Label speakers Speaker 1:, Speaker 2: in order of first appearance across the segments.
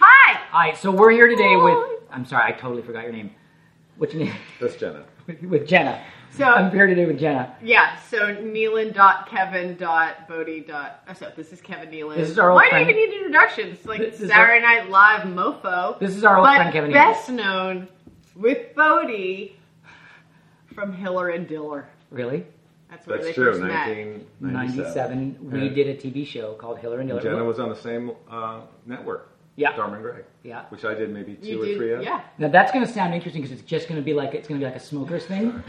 Speaker 1: All right, so we're here today with.
Speaker 2: Oh.
Speaker 1: I'm sorry, I totally forgot your name. What's your name?
Speaker 3: That's Jenna.
Speaker 1: With Jenna.
Speaker 2: So
Speaker 1: I'm here today with Jenna.
Speaker 2: yeah, so Neelan.Kevin.Bodie. Oh, so this is Kevin Neelan.
Speaker 1: This is our old
Speaker 2: Why
Speaker 1: friend.
Speaker 2: do you even need introductions? It's Like
Speaker 1: This is
Speaker 2: Saturday Night Live mofo.
Speaker 1: This is our old
Speaker 2: but
Speaker 1: friend Kevin Neelan.
Speaker 2: best known with Bodie from Hiller and Diller.
Speaker 1: Really?
Speaker 2: That's where
Speaker 3: That's
Speaker 2: they
Speaker 3: true.
Speaker 2: first met.
Speaker 3: 1997.
Speaker 1: 97. We
Speaker 3: Yeah.
Speaker 1: did a TV show called Hillary and Diller.
Speaker 3: Jenna was on the same uh, network.
Speaker 1: Yeah.
Speaker 3: Dharma and Greg.
Speaker 1: Yeah.
Speaker 3: Which I did maybe two
Speaker 2: You
Speaker 3: or
Speaker 2: do-
Speaker 3: three of.
Speaker 2: yeah.
Speaker 1: Now that's going to sound interesting because it's just going to be like it's going to be like a smokers thing.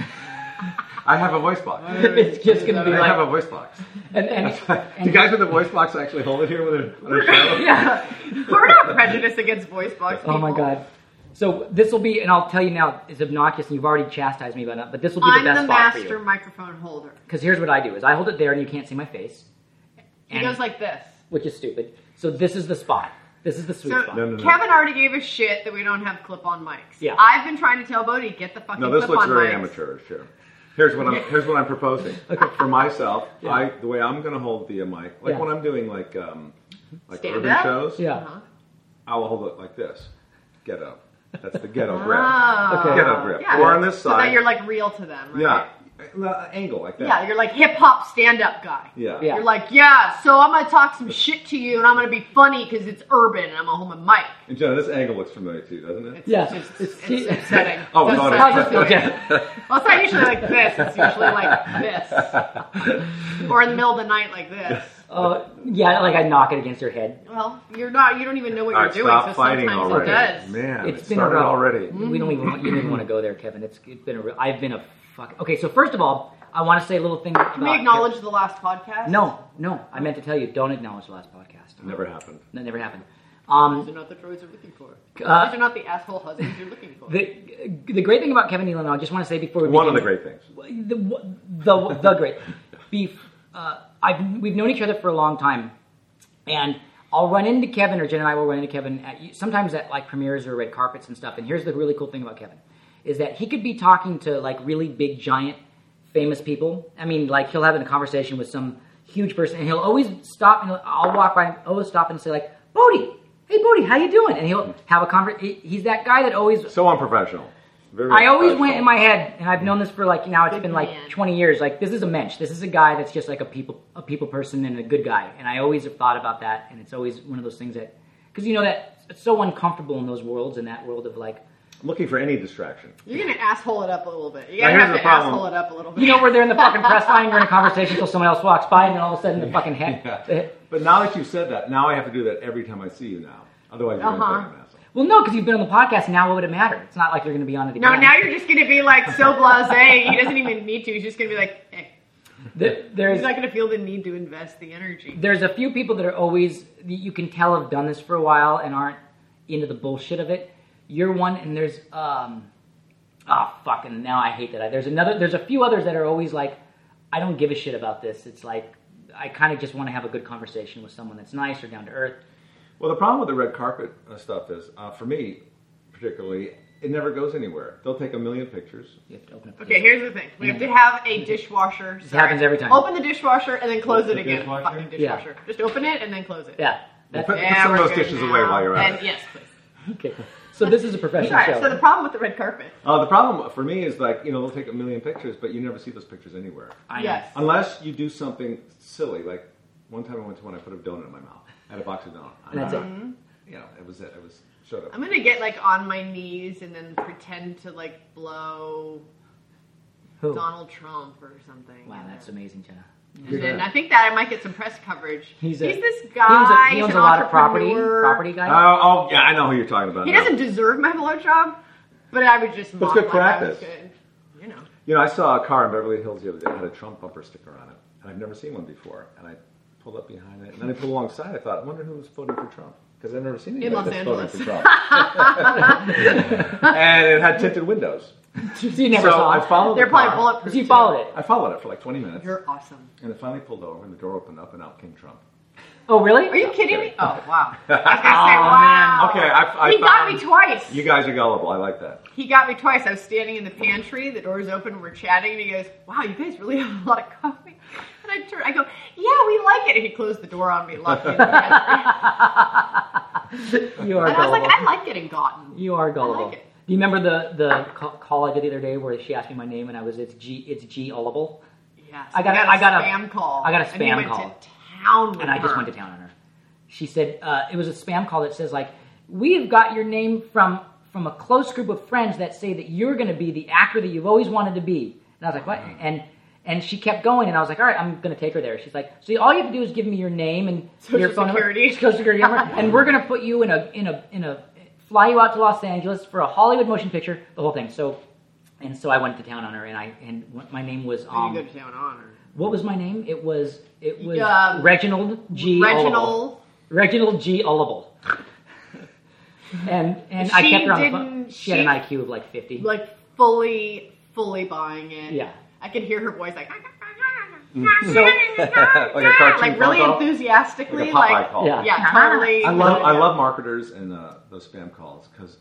Speaker 3: I have a voice box.
Speaker 1: it's just going to be
Speaker 3: I have
Speaker 1: like
Speaker 3: a voice box.
Speaker 1: and, and,
Speaker 3: Do you guys with the voice box actually hold it here with a, with a show?
Speaker 1: yeah.
Speaker 2: We're not prejudiced against voice box people.
Speaker 1: Oh my god. So this will be, and I'll tell you now, it's obnoxious, and you've already chastised me about that. But this will be
Speaker 2: I'm
Speaker 1: the best
Speaker 2: the
Speaker 1: spot for
Speaker 2: master
Speaker 1: you.
Speaker 2: microphone holder.
Speaker 1: Because here's what I do: is I hold it there, and you can't see my face,
Speaker 2: He
Speaker 1: And-
Speaker 2: goes like this.
Speaker 1: which is stupid. So this is the spot. This is the sweet
Speaker 2: So
Speaker 1: spot.
Speaker 3: No, no, no.
Speaker 2: Kevin already gave a shit that we don't have clip-on mics.
Speaker 1: Yeah.
Speaker 2: I've been trying to tell Bodie get the fucking
Speaker 3: No, this looks
Speaker 2: clip-on
Speaker 3: very
Speaker 2: mics.
Speaker 3: amateurish here. Here's what I'm here's what I'm proposing for myself. I the way I'm going to hold the uh, mic, like
Speaker 1: Yeah.
Speaker 3: when I'm doing like um, like
Speaker 2: Stand
Speaker 3: urban
Speaker 2: up?
Speaker 3: shows,
Speaker 1: Yeah.
Speaker 2: Uh-huh.
Speaker 3: I will hold it like this. Get up. That's the ghetto grip.
Speaker 2: Oh.
Speaker 1: Okay.
Speaker 3: Ghetto grip.
Speaker 2: Yeah.
Speaker 3: Or on this
Speaker 2: So that
Speaker 3: side.
Speaker 2: you're like real to them. Right?
Speaker 3: Yeah, Uh, angle like that.
Speaker 2: Yeah, you're like hip hop stand up guy.
Speaker 3: Yeah.
Speaker 1: Yeah.
Speaker 2: You're like, yeah, so I'm gonna talk some shit to you and I'm gonna be funny because it's urban and I'm gonna hold my mic.
Speaker 3: And Jenna, this angle looks familiar to you, doesn't it?
Speaker 2: It's
Speaker 1: Yeah.
Speaker 2: just
Speaker 1: It's-
Speaker 2: it's,
Speaker 1: it's-
Speaker 2: upsetting.
Speaker 3: Oh,
Speaker 2: That's
Speaker 3: not
Speaker 2: what I
Speaker 3: it.
Speaker 1: How's
Speaker 2: was
Speaker 1: this feel,
Speaker 2: doing.
Speaker 1: Jen?
Speaker 2: Well, it's not usually like this, it's usually like this. or in the middle of the night like this.
Speaker 1: Uh, yeah, like I knock it against your head.
Speaker 2: Well, you're not you don't even know what
Speaker 3: All
Speaker 2: you're
Speaker 3: right,
Speaker 2: doing,
Speaker 3: stop
Speaker 2: so
Speaker 3: fighting
Speaker 2: sometimes
Speaker 3: already.
Speaker 2: it does.
Speaker 3: Man,
Speaker 1: It's
Speaker 3: it
Speaker 1: been a
Speaker 3: started
Speaker 1: rough-
Speaker 3: already.
Speaker 1: We don't even want, you don't even want to go there, Kevin. It's it's been a real. I've been a fuck. Okay, so first of all, I want to say a little thing. About
Speaker 2: Can we acknowledge the last podcast?
Speaker 1: No, no. I meant to tell you. Don't acknowledge the last podcast.
Speaker 3: Never happened.
Speaker 1: That never happened. Um,
Speaker 2: These are not the droids you're looking for.
Speaker 1: Uh,
Speaker 2: These are not the asshole husbands you're looking for.
Speaker 1: the the great thing about Kevin Nealon, I just want to say before we
Speaker 3: One of
Speaker 1: begin-
Speaker 3: the great things.
Speaker 1: the the, the great beef. Uh, I've we've known each other for a long time, and I'll run into Kevin or Jen and I will run into Kevin at sometimes at like premieres or red carpets and stuff. And here's the really cool thing about Kevin is that he could be talking to like really big giant famous people. I mean, like he'll have a conversation with some huge person, and he'll always stop and he'll- I'll walk by and always stop and say like, "Bodie, hey Bodie, how you doing?" And he'll have a conversation. He's that guy that always
Speaker 3: So unprofessional. Very
Speaker 1: I always
Speaker 3: unprofessional.
Speaker 1: went in my head, and I've known this for like now it's
Speaker 2: Good
Speaker 1: been
Speaker 2: man.
Speaker 1: like 20 years. Like this is a mensch. This is a guy that's just like a people a people person and a good guy. And I always have thought about that, and it's always one of those things that because you know that it's so uncomfortable in those worlds in that world of like
Speaker 3: I'm looking for any distraction.
Speaker 2: You're gonna asshole it up a little bit. You
Speaker 3: Now,
Speaker 2: gotta
Speaker 3: here's
Speaker 2: have
Speaker 3: the
Speaker 2: to
Speaker 3: problem.
Speaker 2: asshole it up a little bit.
Speaker 1: you know where they're in the fucking press line, you're in a conversation until someone else walks by, and then all of a sudden the fucking head.
Speaker 3: Yeah. But now that you've said that, now I have to do that every time I see you now. Otherwise, you're
Speaker 2: Uh-huh.
Speaker 3: going to think I'm an asshole.
Speaker 1: Well, no, because you've been on the podcast. Now what would it matter? It's not like you're going to be on it.
Speaker 2: No,
Speaker 1: again.
Speaker 2: now you're just gonna be like so blasé. He doesn't even need to. He's just gonna be like, eh.
Speaker 1: Th- there's
Speaker 2: he's not gonna feel the need to invest the energy.
Speaker 1: there's a few people that are always that you can tell have done this for a while and aren't into the bullshit of it. You're one, and there's um, ah, fucking now I hate that. I, there's another. There's a few others that are always like, I don't give a shit about this. It's like I kind of just want to have a good conversation with someone that's nice or down to earth.
Speaker 3: Well, the problem with the red carpet uh, stuff is, uh, for me particularly, it never goes anywhere. They'll take a million pictures.
Speaker 1: You have to open up.
Speaker 2: Okay, here's the thing. We have to have a dishwasher. This
Speaker 1: happens every time.
Speaker 2: Open the dishwasher and then close it
Speaker 3: The
Speaker 2: again.
Speaker 3: dishwasher?
Speaker 2: Fucking dishwasher. Just open it and then close it.
Speaker 1: yeah. That's,
Speaker 3: Put- put
Speaker 2: Yeah,
Speaker 3: some of
Speaker 2: we're
Speaker 3: those
Speaker 2: good
Speaker 3: dishes
Speaker 2: now.
Speaker 3: away while you're at
Speaker 2: And
Speaker 3: it.
Speaker 2: yes, please.
Speaker 1: okay. So this is a professional
Speaker 2: Alright,
Speaker 1: show.
Speaker 2: so the problem with the red carpet.
Speaker 3: Uh, the problem for me is like you know they'll take a million pictures, but you never see those pictures anywhere.
Speaker 1: I know.
Speaker 2: yes.
Speaker 3: Unless you do something silly, like one time I went to one, I put a donut in my mouth, I had a box of donuts.
Speaker 1: And that's it.
Speaker 3: You know, it was it. It was showed up.
Speaker 2: Mm-hmm. I'm gonna get like on my knees and then pretend to like blow
Speaker 1: Who?
Speaker 2: Donald Trump or something.
Speaker 1: Wow, that's amazing, Jenna.
Speaker 2: And then I think that I might get some press coverage.
Speaker 1: He's a-
Speaker 2: this
Speaker 1: He owns a,
Speaker 2: guy.
Speaker 1: he
Speaker 2: he's
Speaker 1: owns
Speaker 2: an
Speaker 1: a lot of property.
Speaker 2: entrepreneur.
Speaker 1: Property guy.
Speaker 3: Oh, oh, yeah, I know who you're talking about.
Speaker 2: He
Speaker 3: now.
Speaker 2: doesn't deserve my blowjob, but I would just.
Speaker 3: That's
Speaker 2: mock
Speaker 3: good
Speaker 2: like I was
Speaker 3: practice.
Speaker 2: good. You know.
Speaker 3: You know, I saw a car in Beverly Hills the other day that had a Trump bumper sticker on it, and I've never seen one before. And I pulled up behind it, and then I pulled alongside. I thought, I wonder who was voting for Trump because I've never seen anybody
Speaker 2: Los
Speaker 3: that's voting
Speaker 2: Angeles.
Speaker 3: for Trump. and it had tinted windows,
Speaker 1: you never
Speaker 3: so
Speaker 1: saw.
Speaker 3: I followed.
Speaker 2: They're
Speaker 3: the
Speaker 2: probably
Speaker 3: car.
Speaker 2: bulletproof.
Speaker 1: you
Speaker 2: too.
Speaker 1: Oh, followed it.
Speaker 3: I followed it for like 20 minutes,
Speaker 2: You're awesome.
Speaker 3: and it finally pulled over, and the door opened up, and out came Trump.
Speaker 1: Oh, really?
Speaker 2: Are you kidding me? Oh wow. I was gonna say
Speaker 1: Oh, man.
Speaker 2: wow.
Speaker 3: Okay, I- I
Speaker 2: he got
Speaker 3: found-
Speaker 2: me twice.
Speaker 3: You guys are gullible. I like that.
Speaker 2: he got me twice. I was standing in the pantry, the door's open, we're chatting, and he goes, "Wow, you guys really have a lot of coffee." And I turn, I go, "Yeah, we like it." And he closed the door on me, locked me in the pantry.
Speaker 1: you are
Speaker 2: And I was
Speaker 1: gullible.
Speaker 2: like, I like getting gotten.
Speaker 1: you are gullible.
Speaker 2: like it.
Speaker 1: Do you remember the the ca- call I did the other day where she asked me my name and I was it's G it's G Ullable
Speaker 2: Yes.
Speaker 1: I got
Speaker 2: You
Speaker 1: a- I got a-
Speaker 2: spam call.
Speaker 1: I got a
Speaker 2: and you
Speaker 1: spam
Speaker 2: went
Speaker 1: call.
Speaker 2: To town with
Speaker 1: and I just
Speaker 2: her.
Speaker 1: went to town on her. She said uh, it was a spam call that says like we've got your name from from a close group of friends that say that you're going to be the actor that you've always wanted to be. And I was like what?
Speaker 2: Mm-hmm.
Speaker 1: And and she kept going, and I was like, all right, I'm going to take her there. She's like, so all you have to do is give me your name and
Speaker 2: Social
Speaker 1: your phone
Speaker 2: Security.
Speaker 1: number, social security number, and we're going to put you in a in a in a fly you out to Los Angeles for a Hollywood motion picture, the whole thing. So. And so I went to town on her, and I and my name was
Speaker 2: And
Speaker 1: um,
Speaker 2: you go to town on her.
Speaker 1: what was my name? It was it was
Speaker 2: Um,
Speaker 1: Reginald G. Olible.
Speaker 2: Reginald.
Speaker 1: Reginald G. Olible. and and I
Speaker 2: She
Speaker 1: kept her on the phone.
Speaker 2: didn't-
Speaker 1: She, had an
Speaker 2: she-
Speaker 1: IQ of like fifty.
Speaker 2: like fully, fully buying it.
Speaker 1: Yeah.
Speaker 2: I could hear her voice like,
Speaker 3: Mm. Like a cartoon
Speaker 2: like really
Speaker 3: phone call?
Speaker 2: enthusiastically,
Speaker 3: Like a Popeye
Speaker 2: like,
Speaker 3: call.
Speaker 1: Yeah.
Speaker 2: yeah, totally.
Speaker 3: I love I
Speaker 2: Yeah.
Speaker 3: love marketers and uh, those spam calls because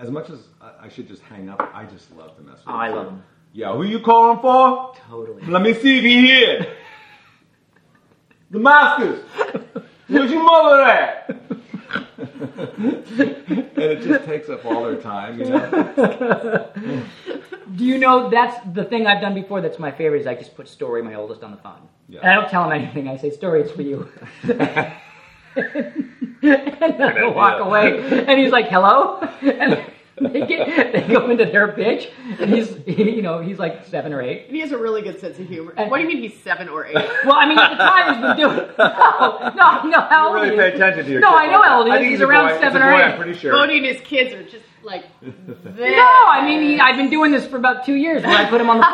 Speaker 3: as much as I, I should just hang up, I just love to mess with.
Speaker 1: Oh, I
Speaker 3: them.
Speaker 1: love 'em.
Speaker 3: Yeah, who you calling for?
Speaker 1: Totally.
Speaker 3: Let me see if he here. The Masters. Where's your mother at? and it just takes up all their time, you know.
Speaker 1: Do you know that's the thing I've done before? That's my favorite. Is I just put Story, my oldest, on the phone.
Speaker 3: Yeah.
Speaker 1: And I don't tell him anything. I say, Story, it's for you. and then I walk
Speaker 3: idea.
Speaker 1: away, and he's like, "Hello," and they get they go into their pitch, and he's you know he's like seven or eight.
Speaker 2: And he has a really good sense of humor.
Speaker 1: And-
Speaker 2: what do you mean he's seven or eight?
Speaker 1: Well, I mean, at the time he's been doing. No, no, I know how old
Speaker 3: really
Speaker 1: he
Speaker 3: pay
Speaker 1: is.
Speaker 3: attention to your
Speaker 1: No,
Speaker 3: kid
Speaker 1: I know
Speaker 3: like
Speaker 1: how old
Speaker 3: that.
Speaker 1: he
Speaker 3: I
Speaker 1: is.
Speaker 3: think
Speaker 1: He's
Speaker 3: a
Speaker 1: around
Speaker 3: boy. It's a
Speaker 1: seven
Speaker 3: boy,
Speaker 1: or
Speaker 3: I'm
Speaker 1: eight.
Speaker 3: pretty sure.
Speaker 2: Bodie and his kids are just like this.
Speaker 1: No, I mean, he, I've been doing this for about two years where I put him on the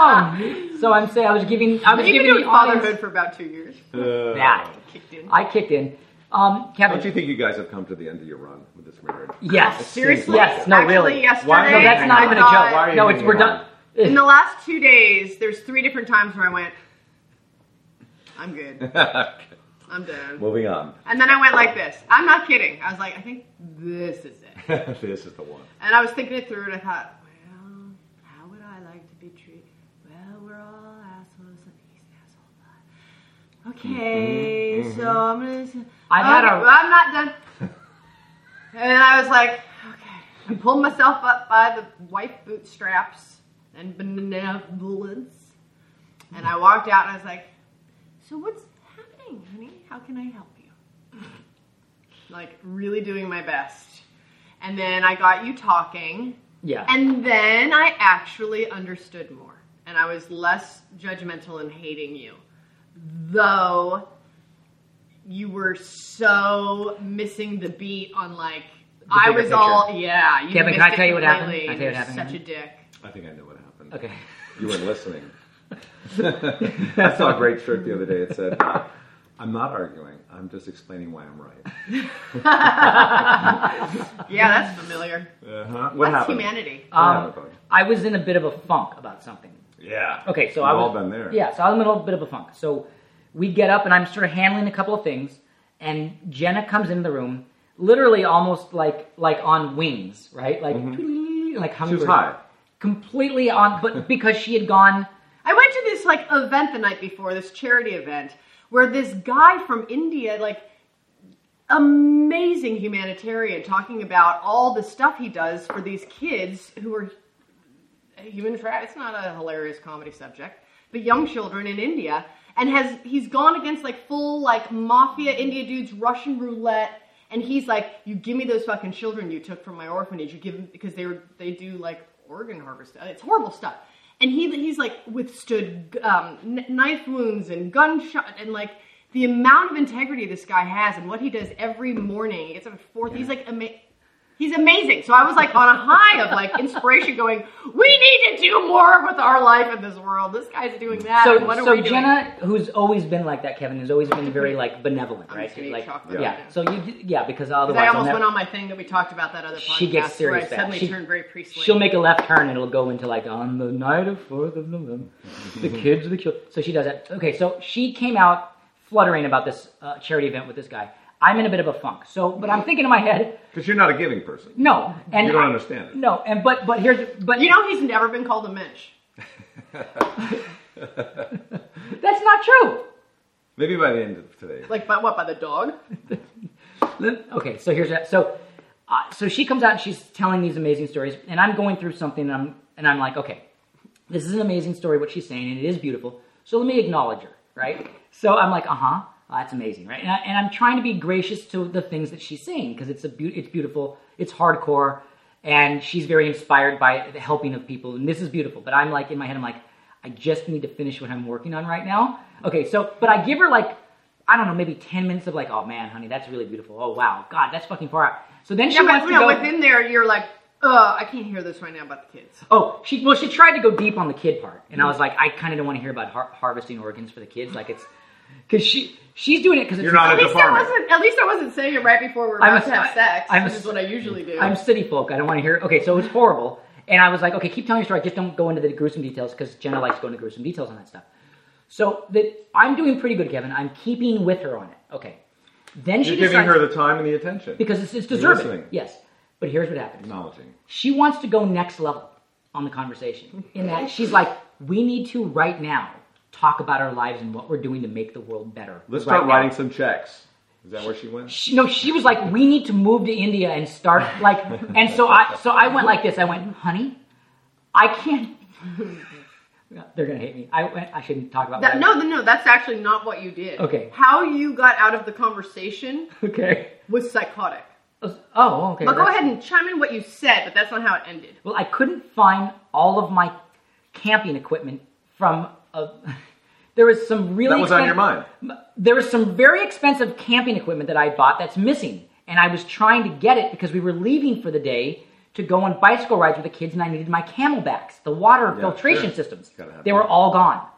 Speaker 1: phone. So I'm saying I was giving, I was
Speaker 2: You've been
Speaker 1: giving
Speaker 2: doing
Speaker 1: the audience
Speaker 2: fatherhood for about two years.
Speaker 3: Uh,
Speaker 1: that.
Speaker 2: Kicked in.
Speaker 1: I kicked in. Um, Kevin,
Speaker 3: Don't you think you guys have come to the end of your run with this marriage?
Speaker 1: yes,
Speaker 2: Seriously?
Speaker 1: yes, no,
Speaker 2: Actually,
Speaker 1: really.
Speaker 2: Yesterday,
Speaker 3: Why-
Speaker 1: No, that's not
Speaker 2: I
Speaker 1: even a
Speaker 2: thought-
Speaker 1: joke.
Speaker 3: Why are you
Speaker 1: no, it's
Speaker 3: hanging
Speaker 1: we're
Speaker 3: around?
Speaker 1: done.
Speaker 2: In the last two days, there's three different times where I went, I'm good. I'm done.
Speaker 3: Moving on.
Speaker 2: And then I went like this. I'm not kidding. I was like, I think this is it.
Speaker 3: this is the one.
Speaker 2: And I was thinking it through, and I thought, well, how would I like to be treated? Well, we're all assholes, and he's an asshole. But okay, so I'm gonna. s-
Speaker 1: I've had
Speaker 2: okay,
Speaker 1: a-
Speaker 2: well, I'm not done. and then I was like, okay. I pulled myself up by the white bootstraps and benevolence, and I walked out, and I was like, so what's happening, honey? How can I help you? Like really doing my best. And then I got you talking.
Speaker 1: Yeah.
Speaker 2: And then I actually understood more. And I was less judgmental in hating you. Though you were so missing the beat on like I
Speaker 1: bigger
Speaker 2: was
Speaker 1: picture.
Speaker 2: all yeah. You
Speaker 1: Kevin,
Speaker 2: missed
Speaker 1: can I
Speaker 2: it
Speaker 1: tell you what happened?
Speaker 2: completely.
Speaker 1: Can I tell you what
Speaker 2: You're
Speaker 1: happened,
Speaker 2: Such a
Speaker 1: Kevin?
Speaker 2: dick.
Speaker 3: I think I know what happened.
Speaker 1: okay.
Speaker 3: You weren't listening. I saw a great trick the other day. It said, uh, "I'm not arguing. I'm just explaining why I'm right."
Speaker 2: Yeah, that's familiar.
Speaker 3: Uh-huh. What
Speaker 2: that's
Speaker 3: happened?
Speaker 2: humanity.
Speaker 3: What
Speaker 1: Um,
Speaker 3: happened, buddy?
Speaker 1: I was in a bit of a funk about something.
Speaker 3: yeah.
Speaker 1: Okay, so
Speaker 3: We've
Speaker 1: I was
Speaker 3: all been there.
Speaker 1: Yeah, so I was in a little bit of a funk. So we get up and I'm sort of handling a couple of things, and Jenna comes into the room, literally almost like like on wings, right? Like like hungry,
Speaker 3: Mm-hmm. high.
Speaker 1: completely on, but because she had gone.
Speaker 2: I went to this like event the night before, this charity event, where this guy from India, like amazing humanitarian, talking about all the stuff he does for these kids who are human trafficking. It's not a hilarious comedy subject, but young children in India, and has he's gone against like full like mafia India dudes, Russian roulette. And he's like, "You give me those fucking children you took from my orphanage. You give them because they were they do like organ harvest. uh, It's horrible stuff." And he he's like withstood um, kn- knife wounds and gunshot and like the amount of integrity this guy has and what he does every morning. He gets up at fourth. He's like ama- He's amazing. So I was like on a high of like inspiration, going, "We need to do more with our life in this world. This guy's doing that.
Speaker 1: So
Speaker 2: and what are
Speaker 1: so
Speaker 2: we doing?"
Speaker 1: Jenna, who's always been like that, Kevin has always been very like benevolent, right?
Speaker 2: just gonna eat
Speaker 1: like
Speaker 2: chocolate
Speaker 1: yeah.
Speaker 2: right now.
Speaker 1: So you yeah because
Speaker 2: I
Speaker 1: otherwise I'll
Speaker 2: almost
Speaker 1: never-
Speaker 2: went on my thing that we talked about that other podcast.
Speaker 1: She gets serious
Speaker 2: Where I
Speaker 1: fast.
Speaker 2: suddenly
Speaker 1: She-
Speaker 2: turned very priestly.
Speaker 1: She'll make a left turn and it'll go into like on the night of Fourth of November, the kids, the children. So she does that. Okay, so she came out fluttering about this uh, charity event with this guy. I'm in a bit of a funk. So, but I'm thinking in my head,
Speaker 3: Because you're not a giving person.
Speaker 1: no, and
Speaker 3: You don't
Speaker 1: I-
Speaker 3: understand it.
Speaker 1: No, and but but here's but
Speaker 2: you know, he's never been called a mensch.
Speaker 1: that's not true.
Speaker 3: Maybe by the end of today.
Speaker 2: Like, by what? By the dog?
Speaker 1: Let- okay, so here's that. So, uh, so she comes out and she's telling these amazing stories, and I'm going through something, and I'm and I'm like, okay, this is an amazing story what she's saying, and it is beautiful. So let me acknowledge her, right? So I'm like, uh huh, that's amazing, right? And, I, and I'm trying to be gracious to the things that she's saying because it's a beau- it's beautiful, it's hardcore, and she's very inspired by the helping of people, and this is beautiful. But I'm like in my head, I'm like, I just need to finish what I'm working on right now. Okay, so but I give her like I don't know, maybe ten minutes of like, oh man, honey, that's really beautiful. Oh wow, God, that's fucking far out. So then she
Speaker 2: Yeah,
Speaker 1: wants
Speaker 2: but
Speaker 1: to
Speaker 2: no,
Speaker 1: go.
Speaker 2: within there, you're like, uh, I can't hear this right now about the kids.
Speaker 1: Oh, she well, she tried to go deep on the kid part, and I was like, I kind of don't want to hear about har- harvesting organs for the kids, like it's because she she's doing it because
Speaker 3: You're
Speaker 2: At
Speaker 3: not At the
Speaker 2: least I
Speaker 3: farm.
Speaker 2: wasn't. At least I wasn't saying it right before we we're
Speaker 1: I'm
Speaker 2: about
Speaker 1: a-
Speaker 2: to have sex,
Speaker 1: I'm a-
Speaker 2: which is what I usually do.
Speaker 1: I'm city folk. I don't want to hear. it. Okay, so it was horrible, and I was like, okay, keep telling your story. Just don't go into the gruesome details because Jenna likes going to gruesome details on that stuff. So that I'm doing pretty good, Kevin. I'm keeping with her on it. Okay, then she
Speaker 3: You're giving
Speaker 1: decides
Speaker 3: her the time and the attention.
Speaker 1: because it's, it's
Speaker 3: You're
Speaker 1: deserving.
Speaker 3: listening.
Speaker 1: Yes, but here's what happens.
Speaker 3: Acknowledging.
Speaker 1: she wants to go next level on the conversation in that she's like we need to right now talk about our lives and what we're doing to make the world better
Speaker 3: Let's
Speaker 1: right
Speaker 3: start
Speaker 1: now.
Speaker 3: writing some checks. Is that where she went?
Speaker 1: she, no she was like we need to move to india and start like and so i so i went like this i went honey i can't they're gonna hate me i went i shouldn't talk about
Speaker 2: That,
Speaker 1: what
Speaker 2: no, th- no, that's actually not what you did.
Speaker 1: Okay.
Speaker 2: How you got out of the conversation
Speaker 1: I- okay
Speaker 2: was psychotic.
Speaker 1: oh okay
Speaker 2: But go
Speaker 1: that's-
Speaker 2: ahead and chime in what you said, but that's not how it ended.
Speaker 1: Well, I couldn't find all of my camping equipment from a. There was some really
Speaker 3: That was on your mind.
Speaker 1: mind. There was some very expensive camping equipment that I bought that's missing, and I was trying to get it because we were leaving for the day to go on bicycle rides with the kids, and I needed my Camelbacks, the water
Speaker 3: Yeah,
Speaker 1: filtration
Speaker 3: sure.
Speaker 1: systems.
Speaker 3: Gotta have
Speaker 1: They were
Speaker 3: them.
Speaker 1: all gone,